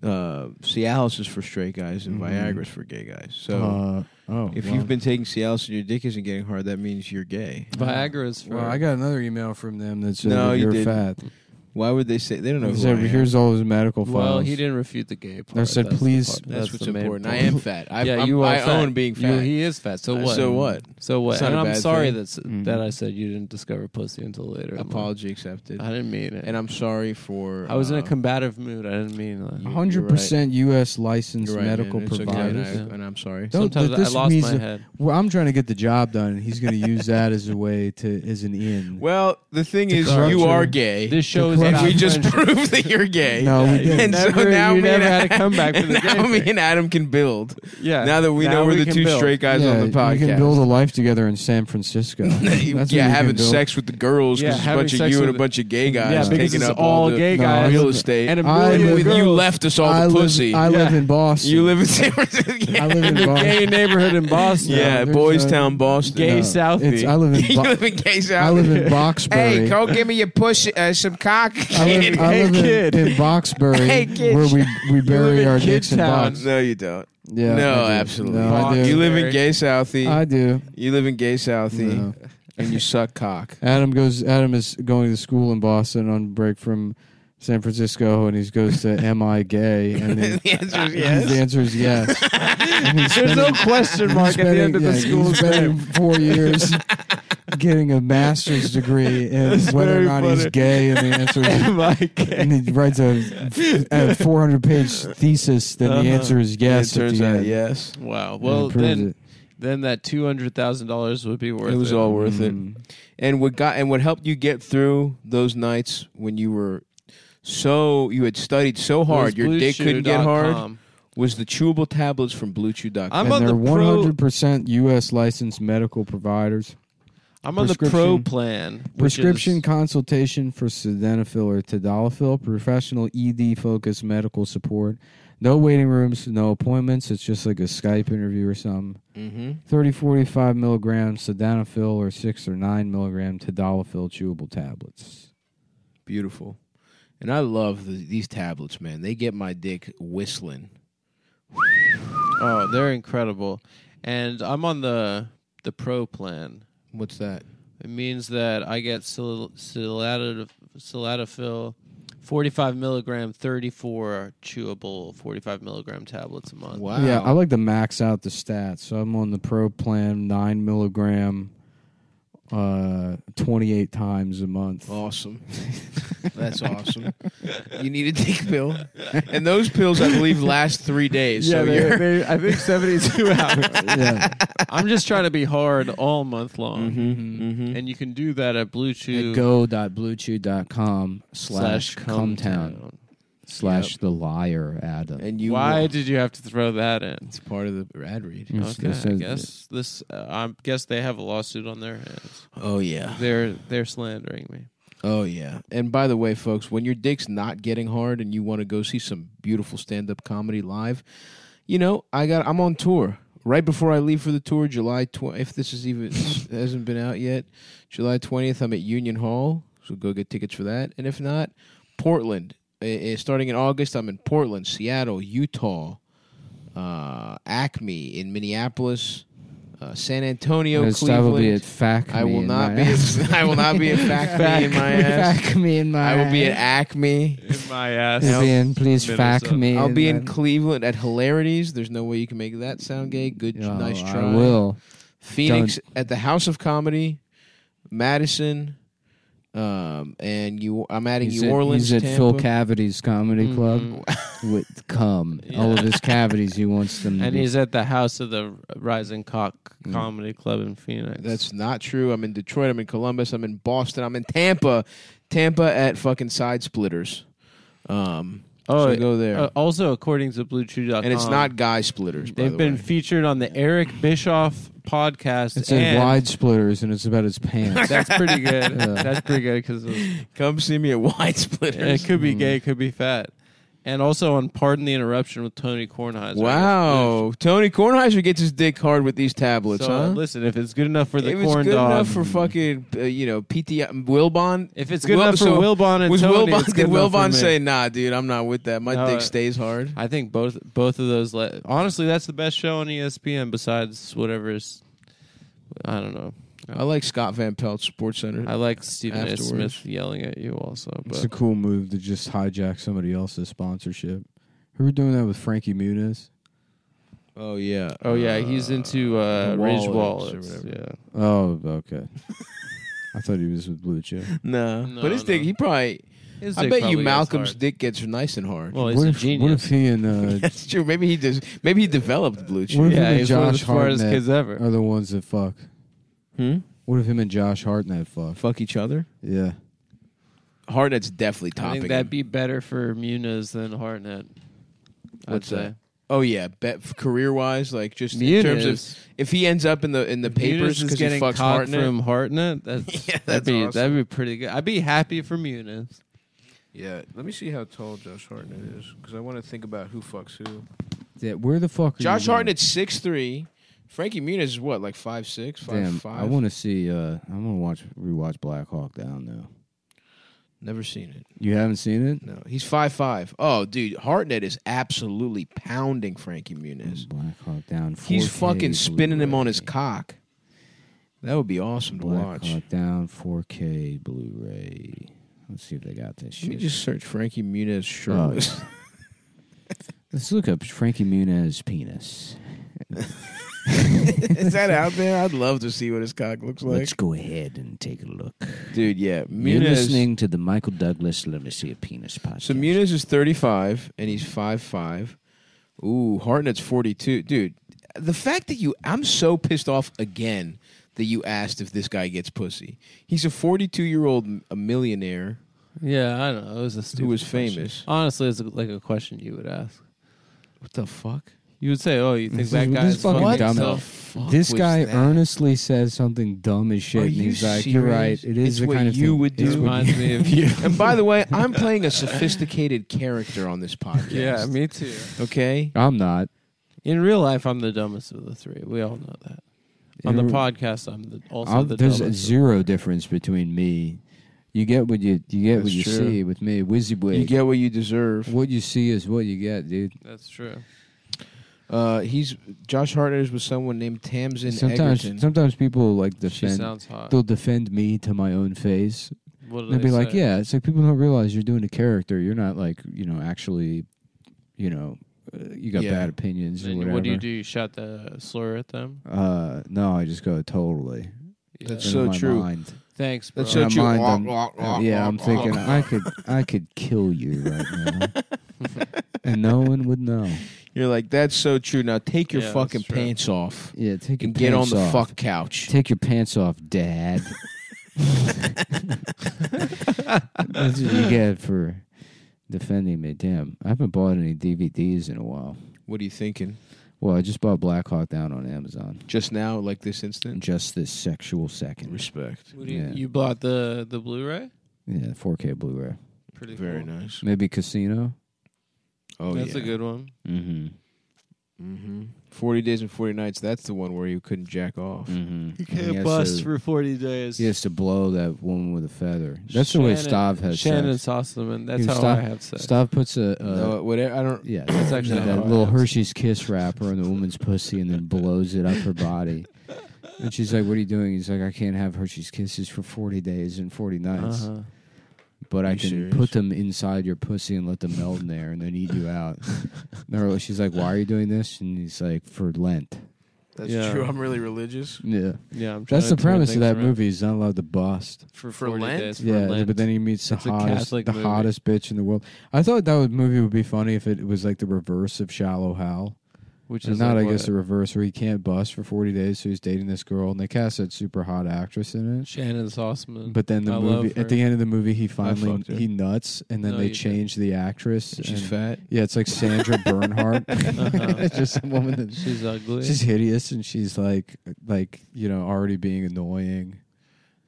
uh, Cialis is for straight guys and Viagra is for gay guys. So. Uh, Mm-hmm. oh, if well. you've been taking Cialis and your dick isn't getting hard, that means you're gay. Viagra is for Well, I got another email from them that said No, that you you're didn't. fat. Why would they say they don't know? They Who said, I am. here's all his medical files. Well, he didn't refute the gay part. I said, That's the please- part- That's, what's the main important. I point. am fat. I, yeah, I'm, you are. I fat. own being You- fat. he is fat. So Uh, what? so what? So what? It's not And a I'm bad sorry thing. that's, Mm-hmm. that I said you didn't discover pussy until later. Apology accepted. I didn't mean it. and I'm sorry for. I was in a uh, combative mood. I didn't mean that. You- 100% U.S. licensed you're right, medical man. It's okay, providers. and, I, and I'm sorry. Don't- Sometimes th- I this lost means my that- head. Well, I'm trying to get the job done, and he's going to use that as a way to as an in. Well, the thing is, corrupt you you. are gay. This show is correct- about we just friendship. proved that you're gay. No, we didn't. And so Never- now you me and never had a Adam- comeback for the gay Now me thing. and Adam can build. yeah. Now that we know we're we the can two build. straight guys on the podcast. You can build a life together in San Francisco. That's yeah, what you having can build. sex with the girls Yeah, because it's a having bunch of sex you and a with- Mm-hmm. bunch of gay guys Yeah, because taking it's up all the gay No, guys. real estate. And I a million live- with girls. you left us all I the live, pussy. I live Yeah. in Boston. you live in San Francisco. I live in Boston. gay neighborhood in Boston. yeah, there's Boys a- Town, Boston. Gay No, it's- I Southie. live in you Bo- live in gay I South. live in Boxbury. give me your pussy, uh, some cock. I live, I Hey, live kid. in, in Boxbury, Hey, kid. where we, we live bury in our Kid dicks in Town. box. no, you don't. Yeah, no, I do. absolutely. No, I Fuck do. you live in gay Southie. I do. you live in gay Southie, No. and you suck cock. Adam goes. Adam is going to school in Boston on break from San Francisco, and he goes to "Am I gay?" And then the answer is his yes. answer is yes. And he's There's no question mark at the end of the school. He's school's spending four years getting a master's degree in It's whether or very not he's funny. gay, and the answer is Mike. and he writes a, a 400 page thesis, then Uh-huh. the answer is yes. it turns at the out end. yes. Wow. And it Well, proves then it. then that two hundred thousand dollars would be worth it. It was all worth it. And what got and what helped you get through those nights when you were so you had studied so hard, your dick couldn't get hard, bluechew.com. was the chewable tablets from BlueChew.com. I'm and on they're the pro. 100% U.S. licensed medical providers. I'm on the pro prescription- plan. which Prescription is- consultation for sildenafil or tadalafil. Professional ED focused medical support. No waiting rooms, no appointments. It's just like a Skype interview or something. mm-hmm. 30, 45 milligrams sildenafil or 6 or 9 milligram tadalafil chewable tablets. Beautiful. And I love the, these tablets, man. They get my dick whistling. Oh, they're incredible. And I'm on the the pro plan. What's that? It means that I get sil- silatif- sildenafil, 45 milligram, 34 chewable 45 milligram tablets a month. Wow. Yeah, I like to max out the stats. So I'm on the pro plan, nine milligram uh, 28 times a month. Awesome. That's awesome. You need a dick pill. And those pills, I believe, last three days. so they- you're, they- I think 72 hours. Yeah. I'm just trying to be hard all month long. mhm. And you can do that at Blue Chew Mm-hmm, At go.bluechew.com slash Cumtown. cumtown slash the liar Adam. and you Why will. did you have to throw that in? It's part of the ad read. It's- Okay, it I says- guess this. Uh, I guess they have a lawsuit on their hands. Oh yeah. They're they're slandering me. Oh yeah. And by the way, folks, when your dick's not getting hard and you want to go see some beautiful stand-up comedy live, you know, I got I'm on tour. Right before I leave for the tour, July 20 if this is even hasn't been out yet, July 20th I'm at Union Hall, so go get tickets for that. And if not, Portland. Eh, eh, starting in August, I'm in Portland, Seattle, Utah, uh, Acme in Minneapolis, uh, San Antonio, This I Cleveland. will be at FAC. I will not be. At, I will not be at fact me in my ass. Fact me in my I will be at ass. Acme. In my ass. You'll be in- please fact Minnesota. me. I'll be in my- Cleveland at Hilarities. There's no way you can make that sound gay. Good, Oh, nice try. I will. Phoenix at the House of Comedy, Madison, um, and you. I'm adding He's New at, Orleans. he's at Phil Tampa. Cavity's comedy club with cum. All of his cavities, he wants them to And be- he's at the house of the Rising Cock Comedy Club in Phoenix. That's not true. I'm in Detroit. I'm in Columbus. I'm in Boston. I'm in Tampa. Tampa at fucking Side Splitters. Um, oh, so go there. uh, also, according to BlueChew.com, and it's not guy splitters. by They've the been way. featured on the Eric Bischoff podcast. It's and in wide splitters and it's about his pants. That's pretty good. That's pretty good because Come see me at Wide Splitters. it could be gay, it could be fat, and also on "Pardon the Interruption" with Tony Kornheiser. Wow, Tony Kornheiser gets his dick hard with these tablets, so huh? listen, if it's good enough for the it was corn good dog, enough for fucking uh, you know PTI Wilbon. if it's good Wil- enough for so Wilbon and was Tony, Wilbon it's good did enough for Wilbon me. say, "Nah, dude, I'm not with that. My No, dick uh, stays hard." I think both both of those. Le- Honestly, that's the best show on E ESPN besides whatever is. I don't know. I like Scott Van Pelt Sports Center. I like Stephen A. Afterwards. Smith yelling at you also, It's but a cool move to just hijack somebody else's sponsorship. Who were doing that with Frankie Muniz? oh yeah, oh yeah, he's into uh, the Ridge wallets or Wallets. Yeah. whatever. Oh, okay. I thought he was with Blue Chip. no. No, But his dick, no. he probably. His I dick bet you probably gets Malcolm's hard. dick gets nice and hard. Well, he's What a if, what if genius. he and uh, That's true. Maybe he does. Maybe he developed what blue if chew. him yeah, and he's one of the Josh smartest Hartnett kids ever. are the ones that fuck? Hmm? What if him and Josh Hartnett fuck? Fuck each other. Yeah, Hartnett's definitely topping. I think him. that'd be better for Muniz than Hartnett. What's I'd say. that? Oh yeah, bet career wise, like just in terms Muniz. of if he ends up in the in the Muniz papers is because he getting fucks cock Hartnett. from Hartnett. That's, Yeah, that'd that's be awesome. that'd be pretty good. I'd be happy for Muniz. Yeah, let me see how tall Josh Hartnett is because I want to think about who fucks who. yeah. Where the fuck? Are Josh you going? Hartnett's six three. Frankie Muniz is what like five six, five Damn, five. I want to see. Uh, I want to watch rewatch Black Hawk Down now. never seen it. You haven't seen it? No, he's five five. Oh, dude, Hartnett is absolutely pounding Frankie Muniz. Black Hawk Down. 4K He's fucking spinning him on his Blu-ray. cock. That would be awesome to Black watch. Hawk Down 4K Blu-ray. Let's see if they got this Let me shit. just search Frankie Muniz Oh, shirtless. yeah. Let's look up Frankie Muniz penis. Is that out there? I'd love to see what his cock looks like. Let's go ahead and take a look. Dude, yeah. You're Muniz. listening to the Michael Douglas Let Me See a Penis podcast. So Muniz is 35 and he's 5'5. Ooh, Hartnett's 42. Dude, the fact that you I'm so pissed off again that you asked if this guy gets pussy. He's a 42-year-old m- a millionaire Yeah, I don't know. It was a stupid who was question. famous. Honestly, it's like a question you would ask. What the fuck? You would say, "Oh, you think This that is- guy this is fucking fucking dumb dumb?" ass. this was guy that? earnestly says something dumb as shit, Are and you he's like, "You're right. serious? It is It's the what kind of you thing- would it's do. what Reminds me of you. And by the way, I'm playing a sophisticated character on this podcast. yeah, me too. Okay? I'm not. In real life, I'm the dumbest of the three. We all know that. On the You're- podcast, I'm the, also I'm- the there's dumbest. of the zero difference between me. You get what you you get what That's you true. see with me. Wizzy You get what you deserve. what you see is what you get, dude. three. That's true. Uh, he's Josh Hartnett is with someone named Tamsin sometimes Egerton. sometimes people like She defend. sounds hot. They'll defend me to my own face. What do They'll they be like, say? "Yeah, it's like people don't realize you're doing a character. You're not like you know actually, you know, uh, you got Yeah. bad opinions or Then whatever." what do you do? You shout the slur at them? Uh, no, I just go totally. That's in so my true. mind. Thanks, bro. That's In so my mind, true. Wah, I'm- wah, wah, yeah, wah, I'm wah. thinking I could I could kill you right now, and no one would know. You're like, that's so true. Now take your Yeah, that's fucking true. pants off Yeah, take your and get on pants the off. fuck couch. Take your pants off, Dad. That's what you get for defending me. Damn, I haven't bought any DVDs in a while. What are you thinking? Well, I just bought Black Hawk Down on Amazon. Just now, like this instant? Just this sexual second. Respect. What do you, Yeah. you bought the the Blu-ray? Yeah, 4K Blu-ray. Pretty Very cool. nice. Maybe Casino. Oh, That's yeah. a good one. Mm-hmm. hmm 40 days and 40 nights. That's the one where you couldn't jack off. Mm-hmm. You can't bust for forty days. He has to blow that woman with a feather. That's the way Shannon- Stav has Shannon sex. Sossaman. That's You how stop- I have sex. Stav puts a, a No, whatever. I don't. yeah, That's actually that, how I little have sex. Hershey's Kiss wrapper on the woman's pussy, and then blows it up her body. And she's like, "What are you doing?" He's like, "I can't have Hershey's Kisses for forty days and forty nights, Uh-huh. but I You can serious? put them inside your pussy and let them melt in there, and then eat you out." And they're- she's like, "Why are you doing this?" And he's like, "For Lent." That's Yeah. true. I'm really religious. Yeah, Yeah, I'm trying that's to the turn premise of things that around. movie. He's not allowed to bust. for, For 40 Lent? days. for Yeah, Lent. but then he meets the It's a hottest, Catholic the movie. hottest bitch in the world. I thought that would, movie would be funny if it was like the reverse of Shallow Hal. which Or is not, like I guess, what? the reverse where he can't bust for forty days, so he's dating this girl, and they cast that super hot actress in it. Shannon Sossaman. But then the I love movie, her. at the end of the movie, he finally fucked her. he nuts, and then No, they you didn't. change the actress. She's and- fat. Yeah, it's like Sandra Bernhardt. Uh-huh. it's just a woman that she's ugly. she's hideous, and she's like like you know already being annoying.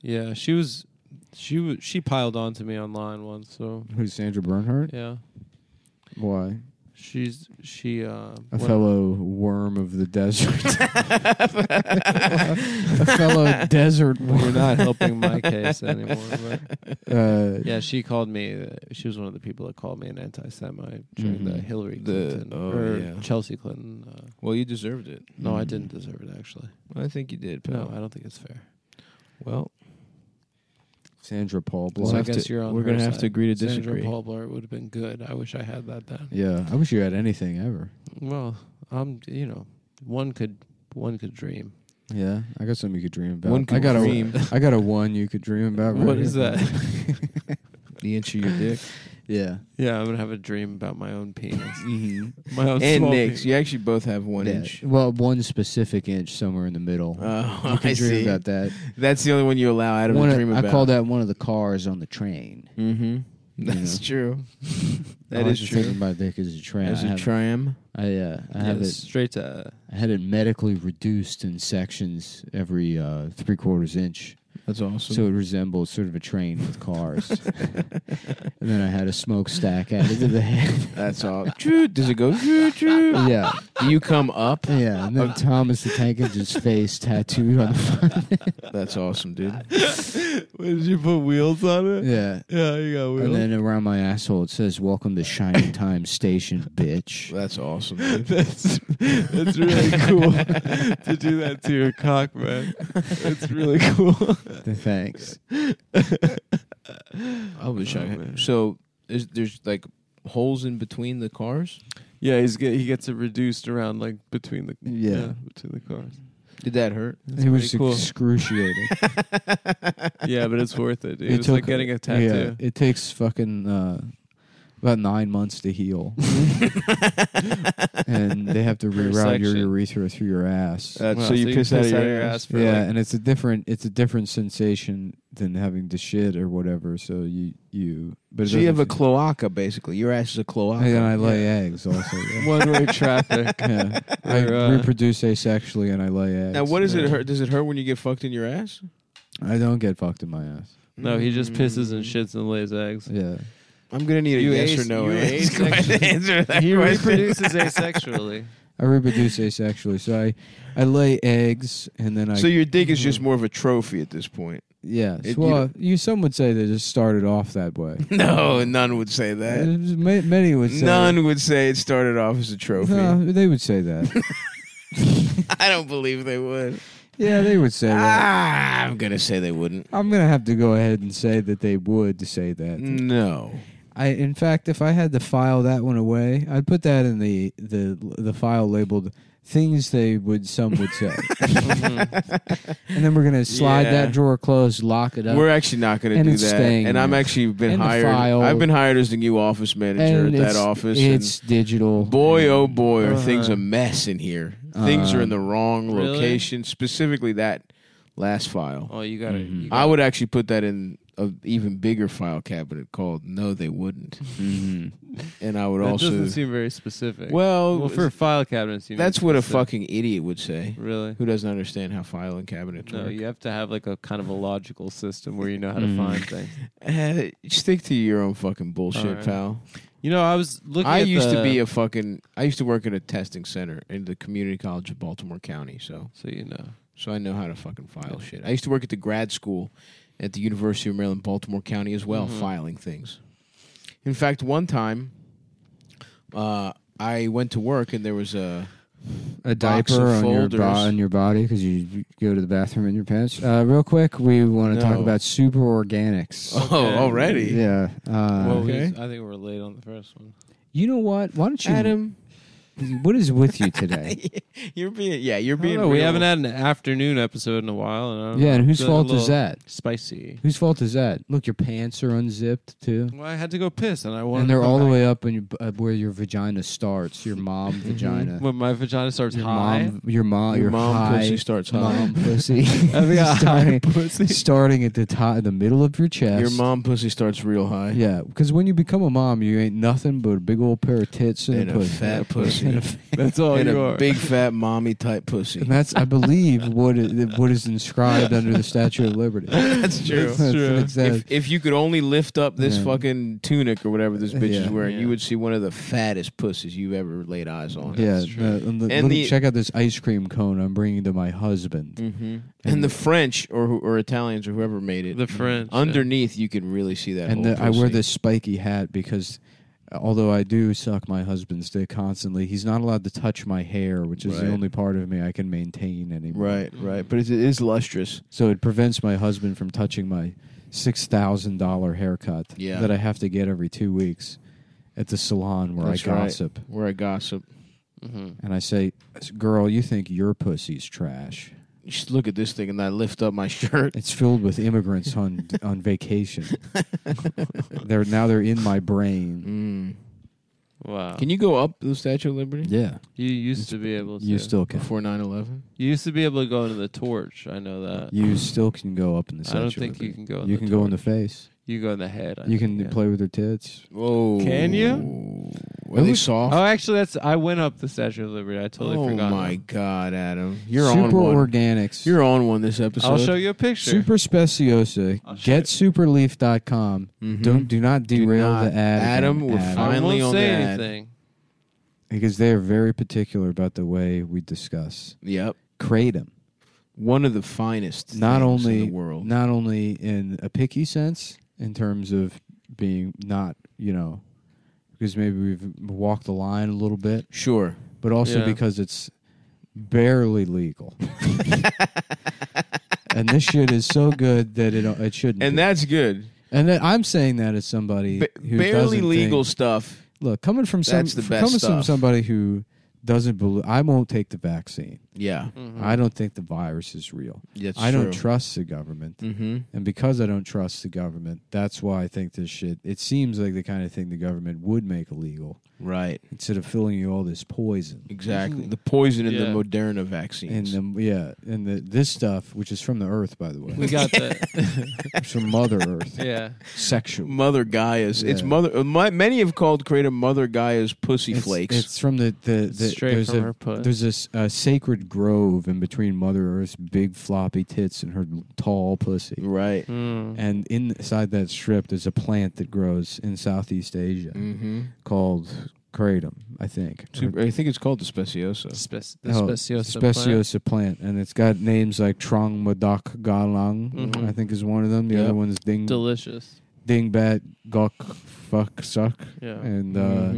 yeah, she was. She was. She piled on to me online once. So Who's Sandra Bernhardt? yeah, Why? she's she. Uh, a one- fellow worm of the desert. a fellow desert Well, you're worm. not helping my case anymore. But Uh, yeah, she called me. Uh, she was one of the people that called me an anti-Semite during the Mhm. Hillary The- Clinton oh, or yeah. Chelsea Clinton. Uh, Well, you deserved it. no, I Mhm. didn't deserve it actually. I think you did, No, pal. I don't think it's fair. well, Sandra Paul. Well, Blart. I guess you're on. we're her gonna have side. to agree to Sandra disagree. Paul Blart would have been good. I wish I had that then. yeah, I wish you had anything ever. Well, um, you know, one could one could dream. Yeah, I got something you could dream about. One I could got dream. a I got a one you could dream about. Right What is here. that? the inch of your dick Yeah. yeah, I'm gonna have a dream about my own penis, Mm-hmm. my own and small Nick's. penis. You actually both have one inch. Well, one specific inch somewhere in the middle. Oh, you can I dream see. about that. That's the only one you allow Adam One to of- dream I about. call that one of the cars on the train. Mm-hmm. That's true. I That like is to true. Think about dick as a train. As I a have- tram. I, uh, I have Yeah, it straight to uh, I had it medically reduced in sections every uh, three quarters inch, That's awesome. so it resembles sort of a train with cars. and then I had a smokestack added to the head. That's all. Choo. Does it go? Choo, choo? yeah, Do you come up? yeah. And then Thomas the Tank Engine's face tattooed on the front. That's awesome, dude. Did you put wheels on it? Yeah. Yeah, you got And then around my asshole it says, "Welcome to Shining Time Station, bitch." That's awesome, dude. That's that's really cool to do that to your cock, man. That's really cool. Thanks. I wish I Oh, had. man. So is, there's like holes in between the cars. Yeah, he's get, he gets it reduced around like between the Yeah. between the cars. Did that hurt? it was pretty cool. excruciating. Yeah, but it's worth it, dude. It it's like took- getting a tattoo. yeah, it takes fucking uh, about nine months to heal. and they have to Per reroute your section. urethra through your ass. Uh, Wow, so you piss out of your ass. for yeah, like- and it's a different it's a different sensation than having to shit or whatever. So you you but it So you have doesn't a feel- cloaca, basically. Your ass is a cloaca. and then I lay eggs also. Yeah. one way traffic. Yeah. I Or, uh, reproduce asexually and I lay eggs. Now, what does it hurt? Does it hurt when you get fucked in your ass? I don't get fucked in my ass. No, he just pisses and shits and lays eggs. Yeah, I'm gonna need a You Mm. yes ace- or no you answer. asexual- answer that He question. reproduces asexually. I reproduce asexually. So I I lay eggs and then I So your dick is just more of a trophy at this point. Yes. It- you well, you, some would say they just started off that way. No, none would say Uh, that. ma- Many would say None would say it started off as a trophy. No, they would say that. I don't believe they would. yeah, they would say that. Ah, I'm gonna say they wouldn't. I'm gonna have to go ahead and say that they would say that. Ah! No. I, in fact, if I had to file that one away, I'd put that in the the the file labeled things they would some would say. and then we're gonna slide Yeah. that drawer closed, lock it up. We're actually not going to And do it's that. staying and I'm there. actually been In the hired. file. I've been hired as the new office manager And at that it's- office. and It's digital. boy, oh boy, are things a mess in here. things are in the wrong uh, Really? location, specifically that last file. Oh, you got to I would actually put that in an even bigger file cabinet called "No, they wouldn't," Mm-hmm. and I would That also. doesn't seem very specific. well, well, for file cabinets, you that's need what a specific- fucking idiot would say. Really? Who doesn't understand how filing cabinets No, work? you have to have like a kind of a logical system where you know how Mm. to find things. Uh, stick to your own fucking bullshit, All right. pal. You know, I was looking. I at used to the- be a fucking. I used to work at a testing center in the community college of Baltimore County, so so you know. so I know how to fucking file shit. I used to work at the grad school at the University of Maryland, Baltimore County as well, filing things. In fact, one time, uh, I went to work and there was a. a box diaper on of your, folders. bo- on your body because you go to the bathroom in your pants. Uh, real quick, we want to talk No. about super organics. Oh, already? Yeah. Uh, Well, we- Okay. I think we're late on the first one. you know what? Why don't you, Adam, What is with you today? you're being yeah, I you're don't being. know, we real. haven't had an afternoon episode in a while. And I don't yeah, know, and whose it's a fault is little that? Spicy. Whose fault is that? Look, your pants are unzipped too, Well, I had to go piss, and I wanted. and they're to all the back. way up in your, uh, where your vagina starts. Your mom Mm-hmm. vagina. When my vagina starts Your high, mom, your mom, Your your, mom Oh, high, pussy starts high. mom pussy, I've got high starting, pussy. starting at the top, the middle of your chest. Your mom pussy starts real high. Yeah, because when you become a mom, you ain't nothing but a big old pair of tits and, And a pussy. fat And, pussy. a f- that's all and Oh, you a are. big fat mommy type and pussy. that's, I believe, what is, what is inscribed under the Statue of Liberty. That's true. That's what it says. If, if you could only lift up this Yeah. fucking tunic or whatever this bitch is Yeah. wearing, Yeah. you would see one of the fattest pussies you've ever laid eyes on. yeah, true. uh, and look- Oh, And look- the- check out this ice cream cone I'm bringing to my husband. Mm-hmm. hmm And the French or who- or Italians or whoever made it, the French yeah. underneath you can really see that. and whole the, I wear pussy. this spiky hat because, uh, although I do suck my husband's dick constantly, he's not allowed to touch my hair, which is the Right. only part of me I can maintain anymore. Right, Mm-hmm. right, but it is lustrous. So it prevents my husband from touching my six thousand dollar haircut Yeah. that I have to get every two weeks at the salon where That's I right. gossip Where I gossip. and I say, "Girl, you think your pussy's trash? Just look at this thing, and I lift up my shirt. It's filled with immigrants on on vacation. they're now they're in my brain. Mm. Wow. Can you go up the Statue of Liberty Yeah, you used to be able to. you still can. Mm-hmm. before 9-11? You used to be able to go into the torch. I know uh, that. You still can go up in the. I don't Statue of think you Liberty. can go. In You the can go in the face. You go in the head. I You think, can yeah. play with her tits. Whoa! Can you? Are It they was- soft? Oh, actually, that's. I went up the Statue of Liberty. I totally oh forgot. my god, Adam, you're Super on one. organics. You're on one this episode. I'll show you a picture. Super Speciosa. Oh, Get superleaf.com. Mhm. Don't do not derail not- the ad. Adam, again, we're I Finally won't on say that. anything. because they are very particular about the way we discuss Yep, kratom. one of the finest. Not things only in the world. not only in a picky sense in terms of being not you know because maybe we've walked the line a little bit, sure. but also Yeah. because it's barely legal. and this shit is so good that it it shouldn't. And be. that's good. and that, I'm saying that as somebody Ba- who barely doesn't legal think- stuff. look coming from some That's the best coming from stuff. somebody who doesn't believe I won't take the vaccine. Yeah, I don't think the virus is real. that's Mm. I don't trust the government. hmm And because I don't trust the government, that's why I think this shit it seems like the kind of thing the government would make illegal Right. instead of filling you all this poison. Exactly. The poison in Yeah. the Moderna And vaccines. the, yeah, and the, this stuff which is from the earth by the way. We got that. it's from mother earth. yeah. Sexual. Mother Gaia's. It's Yeah. mother. uh, My, many have called Kratom Mother Gaia's pussy It's, flakes. it's from the the, the Straight there's from a her puss. there's this uh, sacred grove in between Mother Earth's big floppy tits and her tall pussy. right. Mm. And inside that strip, there's a plant that grows in Southeast Asia Mm. Mm-hmm. called kratom, I think. Or- I think it's called the Speciosa. Spec- the oh, speciosa plant. speciosa plant. and it's got names like Trong Madok Galang, Mhm. I think is one of them. The Yep. other one's Ding Delicious. Dingbat Gok Fuck Suck, Yeah. and uh,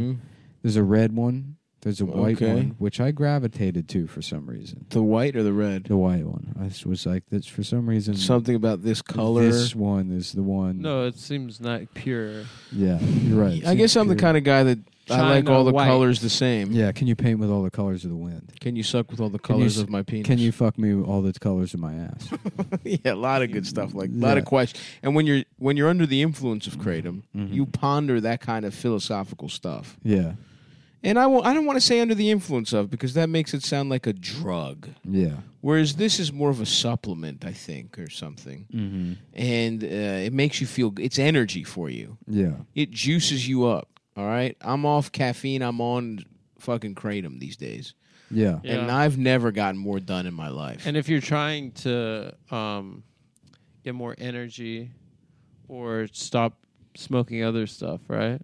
there's a red one. There's a white Mm-hmm. Okay. one, which I gravitated to for some reason. The white or the red? The white one, I just was like, that's for some reason. Something about this color. This one is the one. No, it seems not pure. Yeah, you're right. I guess I'm the Pure. kind of guy that I like China all the white. colors the same. Yeah, can you paint with all the colors of the wind? Can you suck with all the Can you colors s- of my penis? Can you fuck me with all the colors of my ass? yeah, a lot of good stuff. Like a lot of Yeah. questions. And when you're when you're under the influence Mm-hmm. of kratom, you ponder that kind of philosophical stuff. yeah, And I will, I don't want to say under the influence of because that makes it sound like a drug. yeah. Whereas this is more of a supplement, I think, or something. Mm-hmm. And uh, it makes you feel. It's energy for you. Yeah. It juices you up. All right. I'm off caffeine. I'm on fucking kratom these days. Yeah. And Yeah. I've never gotten more done in my life. And if you're trying to um, get more energy or stop smoking other stuff, right?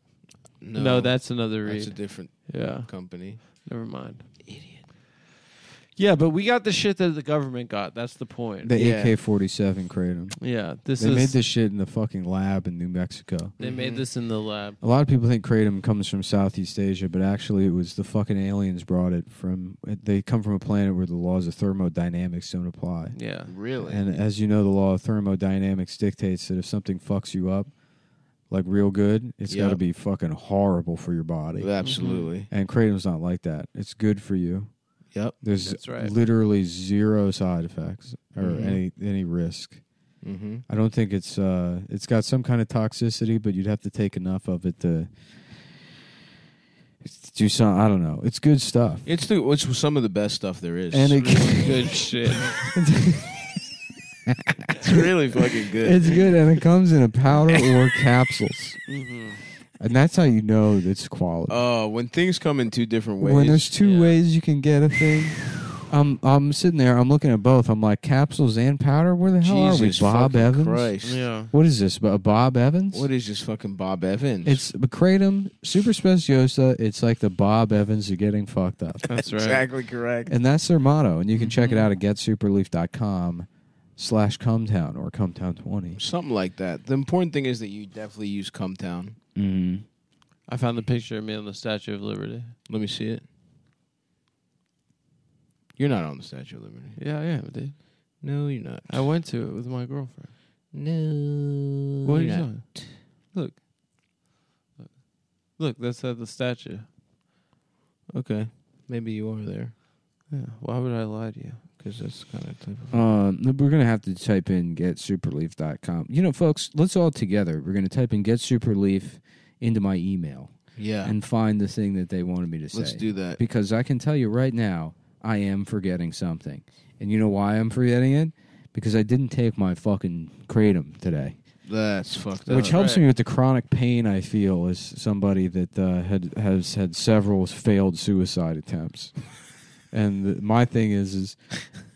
No, that's another that's a reason. different yeah, company. never mind. Idiot. Yeah, but we got the shit that the government got. That's the point. The Yeah. AK-47 kratom. yeah, this They is made this shit in the fucking lab in New Mexico. they made this in the lab. A lot of people think kratom comes from Southeast Asia, but actually it was the fucking aliens brought it from. They come from a planet where the laws of thermodynamics don't apply. Yeah, Really? And as you know, the law of thermodynamics dictates that if something fucks you up, like real good, it's got to Yep. be fucking horrible for your body. Absolutely. And kratom's not like that. It's good for you. Yep. There's That's right. Mm-hmm. literally zero side effects or any any risk. Mm-hmm. I don't think it's uh it's got some kind of toxicity, but you'd have to take enough of it to to do some. I don't know. It's good stuff. It's the it's some of the best stuff there is. And it, good shit. it's really fucking good. it's good, and it comes in a powder or capsules, Mm-hmm. Mhm. and that's how you know it's quality. Oh, when things come in two different ways. When there's two yeah. ways you can get a thing, I'm I'm sitting there. I'm looking at both. I'm like capsules and powder. Where the hell Jesus are we, Bob fucking Evans? Christ. Yeah, What is this? A Bob Evans? What is this fucking Bob Evans? It's but kratom super speciosa. It's like the Bob Evans are getting fucked up, that's right. correct. and that's their motto. And you can Mm-hmm. check it out at getsuperleaf.com slash cumtown or cumtown twenty. Something like that. The important thing is that you definitely use Cumtown. Mm-hmm. Mm. I found the picture of me on the Statue of Liberty. Let me see it. You're not on the Statue of Liberty. Yeah, I am, dude. No, you're not. I went to it with my girlfriend. no. What are you you're not. talking? Look. Look, that's at the statue. Okay. Maybe you are there Yeah. Why would I lie to you? because that's the kind of type of. Um, we're gonna have to type in getsuperleaf.com. You know, folks, let's all together. We're gonna type in getsuperleaf into my email Yeah. and find the thing that they wanted me to say. Let's do that. because I can tell you right now, I am forgetting something. And you know why I'm forgetting it? Because I didn't take my fucking kratom today, That's fucked up. which helps right. me with the chronic pain I feel as somebody that uh, had has had several failed suicide attempts. and the, my thing is, is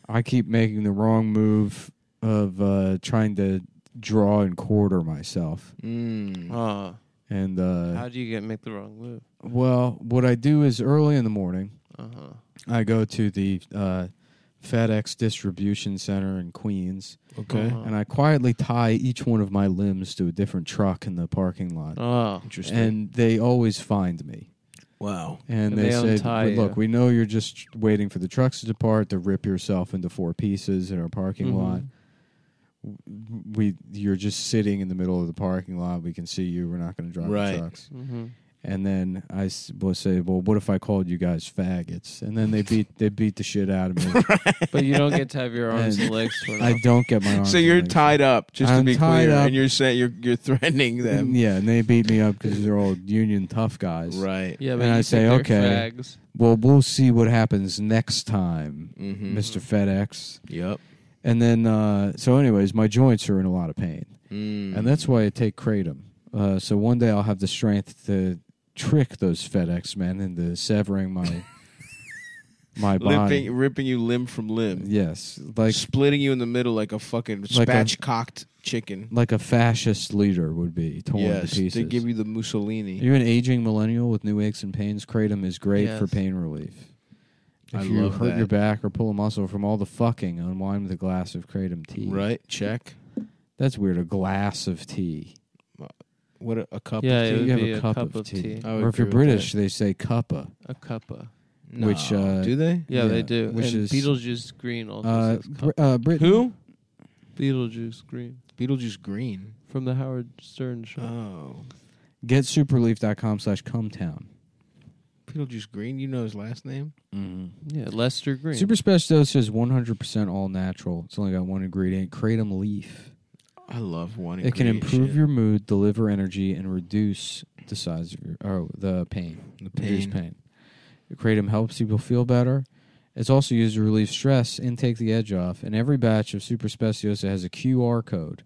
I keep making the wrong move of uh, trying to draw and quarter myself. Mm. Uh, And uh, how do you get make the wrong move? well, what I do is early in the morning, Uh huh. I go to the uh, FedEx distribution center in Queens, Okay. Uh-huh. and I quietly tie each one of my limbs to a different truck in the parking lot. Oh. Interesting. And they always find me. wow. And, And they, they say, untie "Well, "Look, you. we know you're just waiting for the trucks to depart to rip yourself into four pieces in our parking Mhm. Mm-hmm. lot. We, you're just sitting in the middle of the parking lot. We can see you. We're not going to drive Right. the trucks." Mm-hmm. And then I s- will say, "Well, what if I called you guys faggots?" And then they beat they beat the shit out of me. but you don't get to have your arms And and legs torn I off. don't get my arms. So you're and legs. tied up, Mm, just to I'm be tied clear, up. and you're saying you're you're threatening them. Mm, Yeah, and they beat me up because they're all union tough guys. Right. Yeah, but and you I think say, they're okay. Fags. Well, we'll see what happens next time, Mm-hmm. Mr. FedEx. Yep. And then, uh, so anyways, my joints are in a lot of pain, Mm. and that's why I take kratom. Uh, so one day I'll have the strength to trick those FedEx men into severing my my body. Limping, ripping you limb from limb, Yes, like splitting you in the middle like a fucking Like a- spatchcocked chicken. like a fascist leader would be torn Yes, to pieces. they give you the Mussolini. You're an aging millennial with new aches and pains. Kratom is great for Yes. pain relief. If I you love hurt that. your back or pull a muscle from all the fucking, unwind with a glass of kratom tea. Right. Check. That's weird. A glass of tea. What a, a cup. Yeah, Of it tea? would you have be a cup, of, tea. I would Or if you're agree with British, they say cuppa. A cuppa. No. which, uh, do they? Yeah, Yeah, they do. which and is- Beetlejuice Green also Uh, says Br- cup. uh, Britain. Who? Beetlejuice Green Beetlejuice Green. Uh, from the Howard Stern show. Oh. Get superleaf.com slash cumtown. Beetlejuice Green. You know his last name. Yeah, Lester Green. Super Special Dose is 100% all natural. It's only got one ingredient, kratom leaf. I love one. It can ingredient improve shit. your mood, deliver energy, and reduce the size of your oh the pain. The Reduce pain. Kratom helps people feel better. It's also used to relieve stress and take the edge off. And every batch of Super Speciosa has a QR code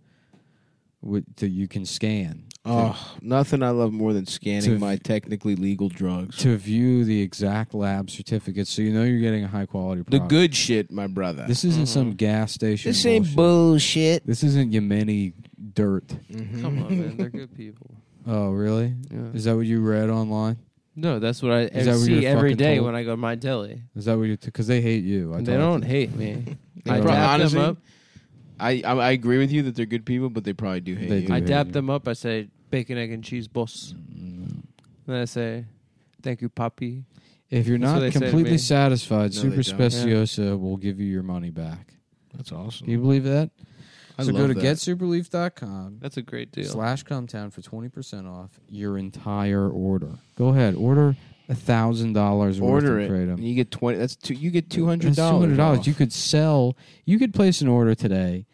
wi- that you can scan Oh, nothing I love more than scanning To- my technically legal drugs. to view the exact lab certificate, so you know you're getting a high quality the product. good shit, my brother. This isn't some gas station. This ain't bullshit. bullshit. This isn't Yemeni dirt. Mm-hmm. Come on, man. They're good people. Oh, really? Yeah. Is that what you read online? No, that's what I Is that what see you're every fucking day told? when I go to my deli. Is that what you? Because they hate you. I they talked to don't hate me. I probably- dap honestly, them up. I, I I agree with you that they're good people, but they probably do hate They you. do. I hate dap you. them up. I say bacon, egg, and cheese, boss. Mm. Then I say, "Thank you, papi." If you're That's what not they say to me. completely satisfied, No, Super they don't. Yeah. Speciosa will give you your money back. That's awesome. Can you believe that? I so go love to that. getsuperleaf.com That's a great deal. slash cometown for 20% off your entire order. Go ahead. Order a $1,000 worth order of it. Kratom. And you get twenty. That's two. You get two hundred That's dollars. $200. You could sell, you could place an order today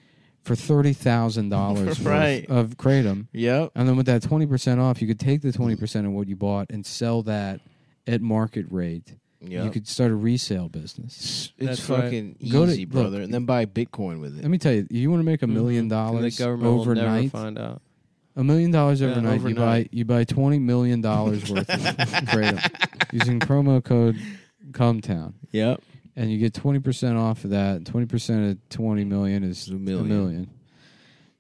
for $30,000 worth Right. of Kratom. Yep. And then with that 20% off, you could take the 20% of what you bought and sell that at market rate. Yep. You could start a resale business. It's That's fucking Go to- easy, look. brother. and then buy Bitcoin with Let it. me tell you, you want to make a million Mm-hmm. And the dollars government will never overnight. find out. A million dollars Yeah, overnight, overnight. You buy you buy twenty million dollars worth of Kratom using promo code Cometown, Yep. and you get twenty percent off of that. Twenty percent of twenty million is A million. a million.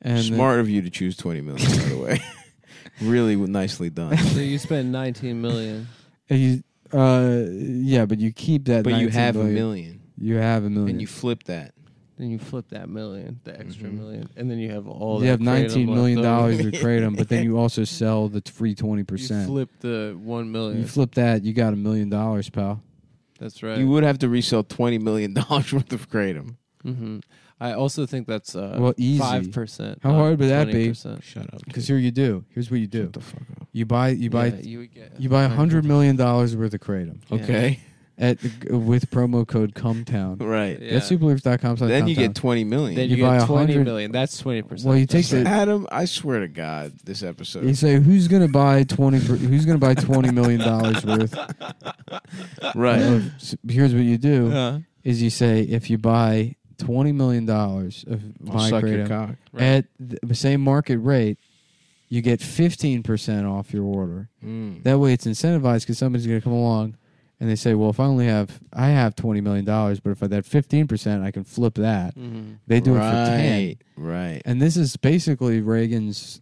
And Smart of you to choose twenty million. by the way, really nicely done. So you spend 19 million. then you, uh, yeah, but you keep that. But you 19 have a million. million, You have a million. and you flip that. Then you flip that million, the extra million, and then you have all. Mm-hmm. You that have nineteen kratom million left over. dollars with Kratom, but then you also sell the t- free twenty You percent. flip the one million. You flip that, you got a million dollars, pal. That's right. You would have to resell twenty million dollars worth of kratom. hmm I also think that's uh, Well, easy. five percent. How hard would that be? Shut up. Because here you do. Here's what you do. You buy you buy you would get you buy a hundred million dollars worth of kratom Yeah. Okay. at with promo code Cometown. Right. Yeah. That's superleaf.com. slash Then you Cometown. get twenty million. Then you you, buy get 100 twenty million. That's twenty percent. well, you take the. Adam, I swear to God, this episode. You say who's gonna buy twenty? per- Who's gonna buy twenty million dollars worth? right. Of, here's what you do: Uh-huh. Uh, is you say if you buy twenty million dollars of my suck your kratom cock. Right. at the same market rate, you get fifteen percent off your order. Hmm. That way, it's incentivized because somebody's going to come along and they say, "Well, if I only have I have twenty million dollars, but if I that fifteen percent, I can flip that." Mm-hmm. They do it for ten, right. Right. and this is basically Reagan's.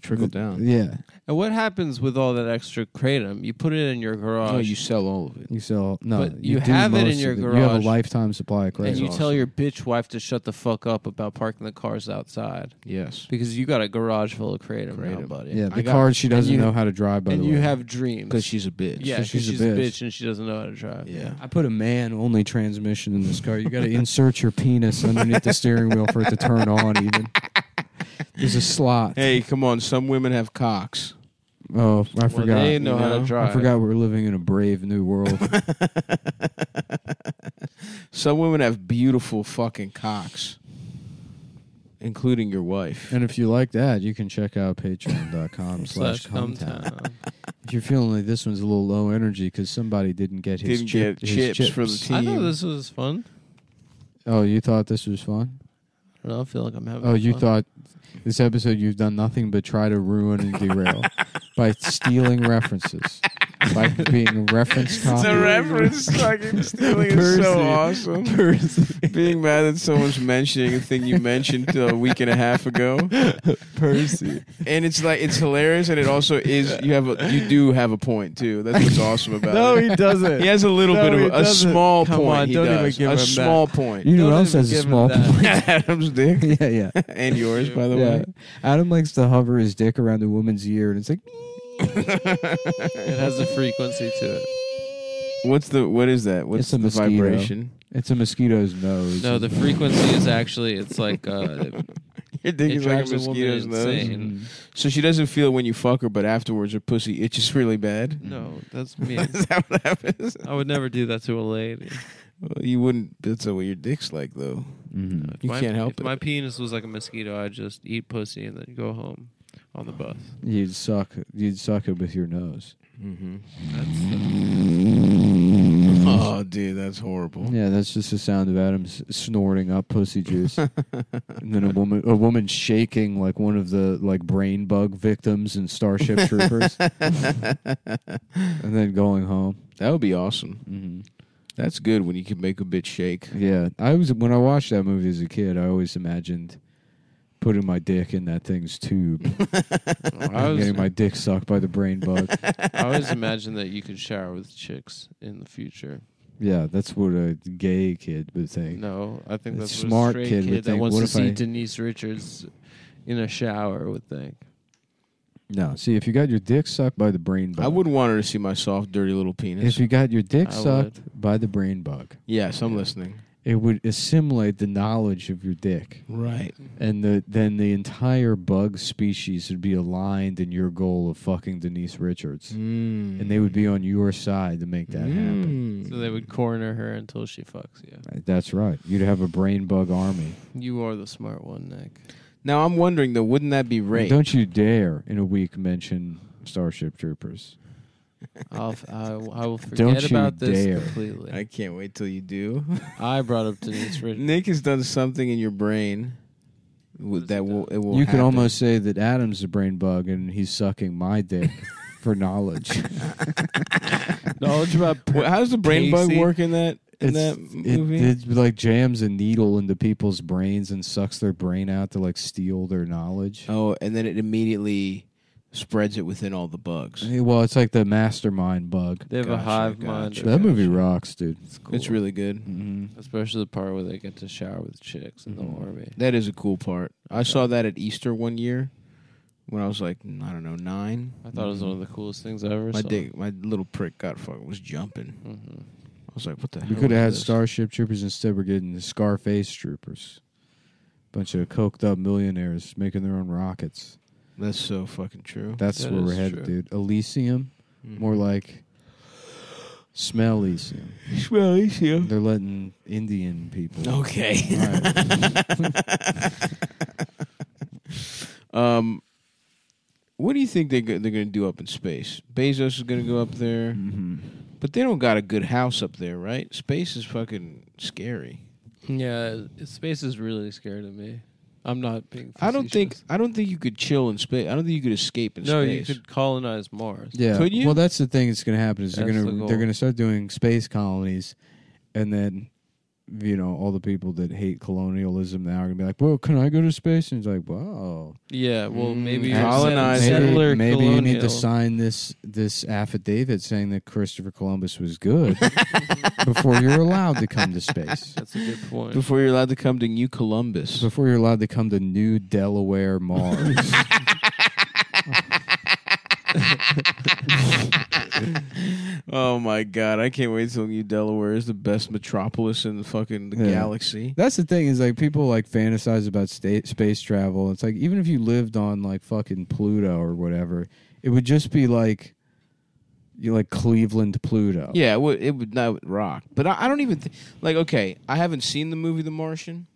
Trickle down. Yeah, and what happens with all that extra kratom? You put it in your garage. Oh, you sell all of it. you sell no. But you do have it in most of your You have garage. a lifetime supply of and credit. you awesome. tell your bitch wife to shut the fuck up about parking the cars outside Yes. because you got a garage full of kratom, now, Kratom. buddy. yeah, the I got- car she doesn't you- know how to drive. By and the you way, have dreams. Because she's a bitch. yeah, 'cause she's, a, bitch. and she doesn't know how to drive. Yeah. I put a man only transmission in this car. You got to insert your penis underneath the steering wheel for it to turn on. Even there's a slot. Hey, come on. Some women have cocks. Oh, I forgot. they know you how know? to I drive. I forgot we're living in a brave new world. Some women have beautiful fucking cocks, including your wife. and if you like that, you can check out patreon.com slash Slash cometown. Cometown. If you're feeling like this one's a little low energy because somebody didn't get his Didn't chip- get his chips, for the I team. know this was fun. Oh, you thought this was fun? I, don't know, I feel like I'm having. Oh, you fun. thought this episode you've done nothing but try to ruin and derail by stealing references, by being reference It's a copy. reference. Fucking stealing is so awesome. Being mad that someone's mentioning a thing you mentioned uh, a week and a half ago. Percy. And it's like it's hilarious, and it also is. You have a, you do have a point too. That's what's awesome about it. doesn't. he has a little No, bit he of a, a doesn't. small Come point. on, he don't does. even give a him that. small point. You know Don't what else even has a give him small that. point? Adam's dick yeah, yeah. and yours, by the yeah. way. Adam likes to hover his dick around a woman's ear, and it's like, It has a frequency to it. What's the what is that? What's It's a the mosquito. vibration? Oh, it's a mosquito's nose. No, the frequency is actually it's like uh, Your dick It's is like a like a woman mosquito's nose. insane. Mm-hmm. Mhm. So she doesn't feel it when you fuck her, but afterwards her pussy itches really bad. No, that's me. is that what happens? I would never do that to a lady. Well, you wouldn't. That's not what your dick's like, though. If You my- can't help if it. My penis was like a mosquito. I'd just eat pussy and then go home on the bus. You'd suck. You'd suck it with your nose. Mm-hmm. Oh, dude, that's horrible. Yeah, that's just the sound of Adam s- snorting up pussy juice, and then a woman, a woman shaking like one of the like brain bug victims in Starship Troopers, and then going home. That would be awesome. hmm Mm-hmm. That's good when you can make a bitch shake. Yeah, I was when I watched that movie as a kid. I always imagined putting my dick in that thing's tube, I and was, getting my dick sucked by the brain bug. I always imagined that you could shower with chicks in the future. yeah, that's what a gay kid would think. No, I think A that's smart what a straight kid kid, would that think, wants what to if see I- Denise Richards in a shower would think. No, see if you got your dick sucked by the brain bug, I wouldn't want her to see my soft, dirty little penis. If you got your dick I sucked by the brain bug. yes, I'm listening. it would assimilate the knowledge of your dick Right. and the, then the entire bug species would be aligned in your goal of fucking denise richards Mm. and they would be on your side to make that happen So they would corner her until she fucks you. that's right you'd have a brain bug army You are the smart one, Nick. Now I'm wondering though, wouldn't that be rape? don't you dare in a week mention starship troopers I'll f- I, w- I will forget Don't you about this dare. completely. I can't wait till you do. I, brought up Denise Richards. Nick has done something in your brain w- that will it will. you could happen. almost say that adam's a brain bug and he's sucking my dick for knowledge Knowledge about Wh- How's the brain bug Casey. work in that in It's- that it, movie? it, like jams a needle into people's brains and sucks their brain out to like steal their knowledge. oh, and then it immediately spreads it within all the bugs. Hey, Well, it's like the mastermind bug. They have Gotcha, a hive gotcha. mind. or That some movie shit. rocks, dude. Mm-hmm. It's cool. It's really good. especially the part where they get to shower with chicks in the army. That is a cool part. I saw that at Easter one year when I was like I don't know nine. Mm-hmm. I thought it was one Mm-hmm. of the coolest things I ever My saw. dick, my little prick got fucking was jumping. Mhm. I was like, what the hell? We could is have had this? Starship Troopers instead. We're getting the Scarface Troopers, bunch of coked up millionaires making their own rockets. That's so fucking true. Mm. That's That where we're is headed, true. dude. Elysium, more like smell Elysium. Well, you. They're letting Indian people. Okay. Right. Um, what do you think they go- they're going to do up in space? Bezos is going to go up there, Mm-hmm. but they don't got a good house up there, right? Space is fucking scary. Yeah, it- space is really scary to me. I'm not being. I don't think facetious. I don't think you could chill in space. I don't think you could escape in No, space. you could colonize Mars. Yeah. Could you? Well, that's the thing that's going to happen is they're That's going the to goal. they're going to start doing space colonies, and then you know all the people that hate colonialism now are going to be like, "Well, can I go to space?" And it's like, "Wow, Yeah, well, Mm, maybe colonize set- it. settler maybe, maybe you need to colonial. sign this this affidavit saying that Christopher Columbus was good before you're allowed to come to space." That's a good point. Before you're allowed to come to New Columbus. Before you're allowed to come to New Delaware Mars, Oh my god, I can't wait till New Delaware is the best metropolis in the fucking the Yeah. galaxy. that's the thing is like people like fantasize about sta- space travel. It's like even if you lived on like fucking Pluto or whatever, it would just be like you like Cleveland Pluto. Yeah, it would, it would not it would rock. But I, I don't even th- like. Okay, I haven't seen the movie The Martian,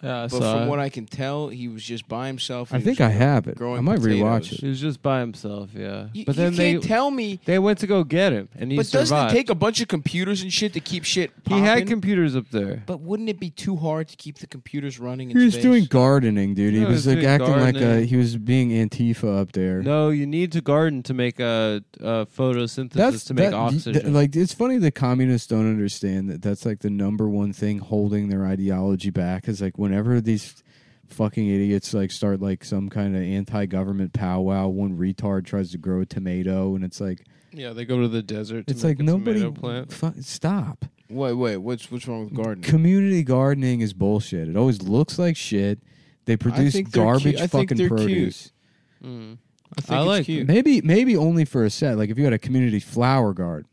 yeah, I but saw from it. what I can tell, he was just by himself. I and he think was I have it. growing I might potatoes. rewatch he it. was just by himself. Yeah, You, but then you they can't tell me. they went to go get him, and he But survived. doesn't it take a bunch of computers and shit to keep shit? he had popping? computers up there. but wouldn't it be too hard to keep the computers running? In He was space? doing gardening, dude. He Yeah, was he was like doing acting like a, gardening. he was being Antifa up there. No, you need to garden to make a, a photosynthesis to make that- oxygen. th- like it's funny that communists don't understand that that's like the number one thing holding their ideology back is like whenever these fucking idiots like start like some kind of anti-government powwow, one retard tries to grow a tomato and it's like yeah, they go to the desert. To it's make like a nobody tomato plant. Mm-hmm. fu- stop. Wait, wait. What's what's wrong with gardening? Community gardening is bullshit. It always looks like shit. They produce think they're cute. garbage I think fucking they're cute. produce. Mm. I, think I it's like cute. Maybe maybe only for a set. Like if you had a community flower guard,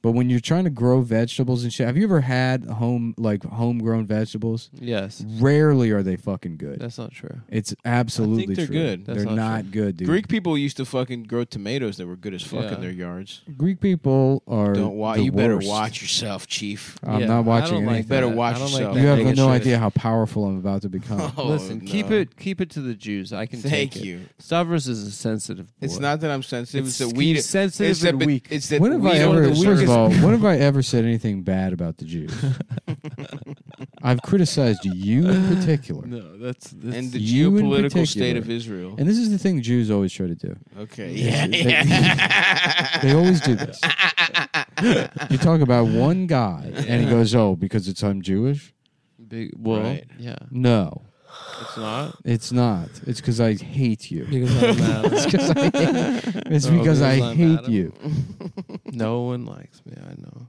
But when you're trying to grow vegetables and shit, have you ever had home like homegrown vegetables? Yes, Rarely are they fucking good. that's not true. it's absolutely they're true. good. That's they're not not, good, dude. Greek people used to fucking grow tomatoes that were good as fuck Yeah. in their yards. Greek people are Don't wa- the You better worst. Uh, watch yourself, chief. I'm Yeah, I not don't watching like anything. that. Better watch I don't yourself. Like you that have nigga no shit. idea how powerful I'm about to become. Oh, Listen, keep no. it keep it to the Jews. I can Thank take it. you. Stavros is a sensitive. Boy. It's not that I'm sensitive. It's, It's that we he's sensitive it's that and be- weak. It's that when have we I don't- ever? the First of weakest- all, when have I ever said anything bad about the Jews? I've criticized you in particular. No, that's, that's and the you in geopolitical state particular. of Israel. And this is the thing Jews always try to do. okay. Yeah. They always do this. you talk about one God, and he goes, "Oh, because it's I'm Jewish." big. Well, Right. yeah, No, it's not. it's not. It's because I hate you. Because I'm mad. It's 'cause I hate, it's Oh, because I because I'm hate Adam. you. no one likes me. I know.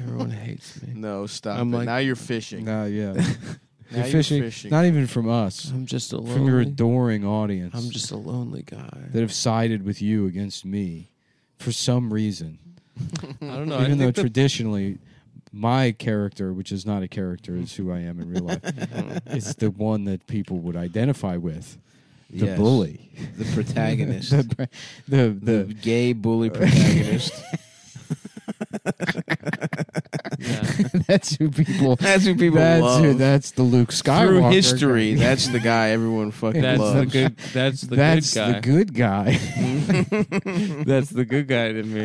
Everyone hates me. No, stop. I'm it. like- now you're fishing. No, yeah, now you're fishing, fishing. Not even from us, I'm just a lonely. from your adoring audience I'm just a lonely guy. that have sided with you against me for some reason. I don't know. even I though think the- traditionally my character, which is not a character, is who I am in real life. it's the one that people would identify with, the Yes. bully, the protagonist. the, bra- the the the gay bully protagonist. yeah. that's who people. that's who people That's love. who. That's the Luke Skywalker. Through history, that's the guy everyone fucking that's the loves. good. That's the That's good guy. the good guy. that's the good guy to me.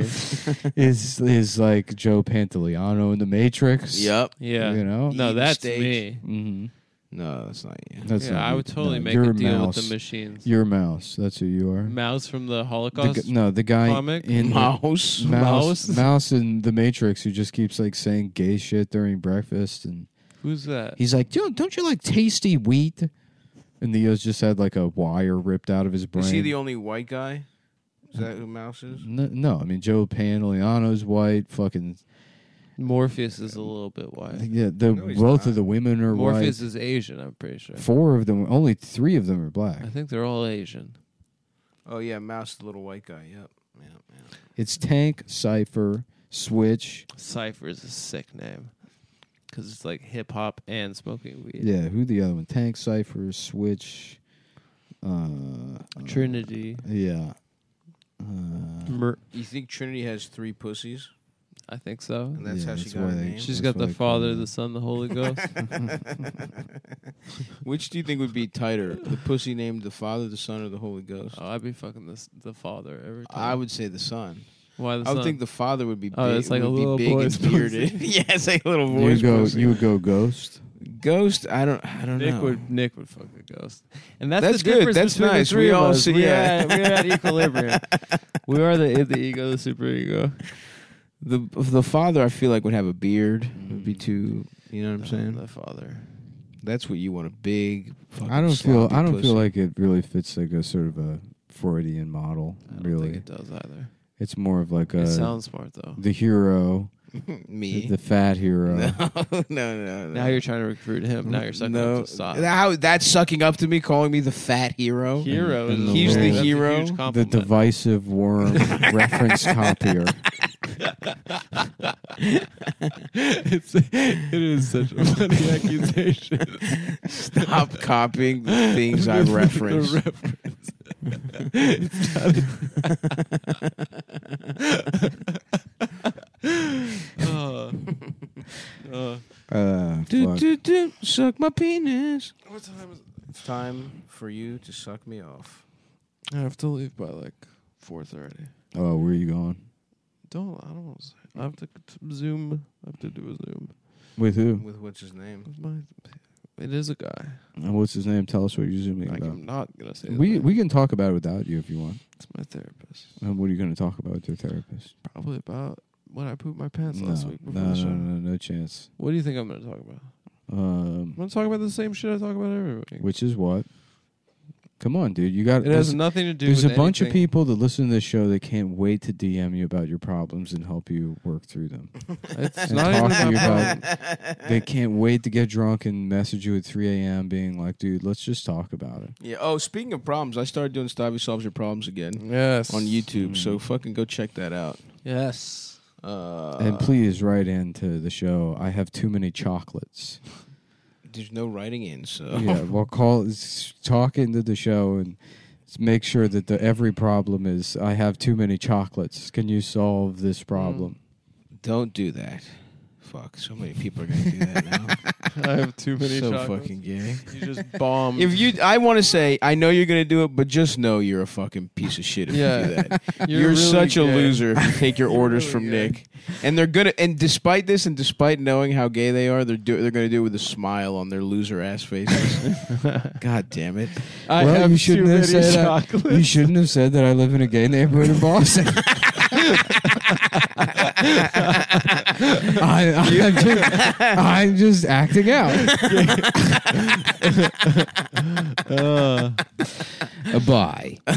is is like Joe Pantoliano in the Matrix. Yep. Yeah. You know? No, Eating that's steak. me. hmm No, that's not you. That's yeah, not I you. would totally No, make you're a deal mouse. with the machines. You're a mouse. That's who you are. Mouse from the The Holocaust. gu- no, the guy comic? in the- Mouse. Mouse, Mouse? Mouse in The Matrix, who just keeps like saying gay shit during breakfast, and Who's that? he's like, "Dude, don't you like tasty wheat?" And Leo's just had like a wire ripped out of his brain. Is he the only white guy? Is that who Mouse is? no, no, I mean Joe Pantoliano's white. Fucking Morpheus is a little bit white. yeah, the No, he's both not. of the women are Morpheus is Asian, I'm pretty sure. white. Four of them, only three of them are black. I think they're all Asian. Oh yeah, Mouse, the little white guy. Yep. Yep. yep. It's Tank, Cipher, Switch. Cypher is a sick name because it's like hip hop and smoking weed. Yeah, who the other one? Tank, Cipher, Switch. Uh, Trinity. yeah. Uh, Mer- You think Trinity has three pussies, I think so. and that's Yeah, how she that's got why her they- name? She's That's got what the I call Father, them. the Son, the Holy Ghost. Which do you think would be tighter, the pussy named the Father, the Son, or the Holy Ghost? oh, I'd be fucking the, s- the Father every time. I would say the Son. Why the I would Son? think the Father would be. Big, Oh, it's like a would be little big boy's and bearded. yeah, it's like a little you would boy's go. pussy. You would go Ghost. Ghost. I don't. I don't Nick know. would Nick would fuck a ghost, and that's, That's the good. difference That's between nice. the three We of all us. see we're, eye. at, we're at equilibrium. we are the the ego, the superego. the the Father. I feel like would have a beard. Would be too. You know what I'm saying? Mm. the Father. That's what you want a big. fucking I don't feel. sloppy I don't pussy. feel like it really fits like a sort of a Freudian model. I don't Really, think it does either. it's more of like Uh, it a sounds E. smart though. the hero, me. the fat hero. no, no, no, no. Now you're trying to recruit him. Now you're sucking up to stop. How that's sucking up to me, calling me the fat hero. hero. And- and is a- the that's a little- huge hero, the The compliment. divisive worm reference copier. it's, it is such a funny accusation. Stop copying the things I reference. The reference. uh, uh, Uh, Do, fuck. do, do, suck my penis. What time is It's time for you to suck me off. I have to leave by like four thirty. Oh, where are you going? Don't I don't want to say. I have to c- zoom. I have to do a zoom. With who? With what's his name? With my, it is a guy. And Uh, what's his name? Tell us what you're zooming Like, about. I'm not gonna say. We that. we can talk about it without you if you want. It's my therapist. And what are you going to talk about with your therapist? Probably about when I pooped my pants No, last no, week before no, the show. no, no chance. What do you think I'm gonna talk about? I'm Um, gonna talk about the same shit I talk about every week. which is what? Come on, dude. You got it has nothing to do. There's with a bunch of anything. people that listen to this show that can't wait to DM you about your problems and help you work through them. It's And not even talk to you about. about- they can't wait to get drunk and message you at 3 a.m. being like, dude, let's just talk about it. Yeah. Oh, speaking of problems, I started Mm. doing Stabby Solves Your Problems again Yes. on YouTube. So fucking go check that out. Yes. Uh, and please write into the show. I have too many chocolates. there's no writing in, so yeah, well, call s- talk into the show and s- make sure that the every problem is I have too many chocolates. Can you solve Mm. this problem? don't do that. Fuck, so many people are gonna do that now. I have too many so chocolates. fucking gay. You just bombed. If you, I want to say, I know you're gonna do it, but just know you're a fucking piece of shit if Yeah. you do that. You're You're, really such a gay. loser if you take your orders really from gay. Nick. And they're gonna, and despite this, and despite knowing how gay they are, they're do, they're gonna do it with a smile on their loser ass faces. God damn it! I Well, have you shouldn't too have many said that. chocolates. You shouldn't have said that I live in a gay neighborhood in Boston. I, I'm, just, I'm just acting out. Uh. Bye.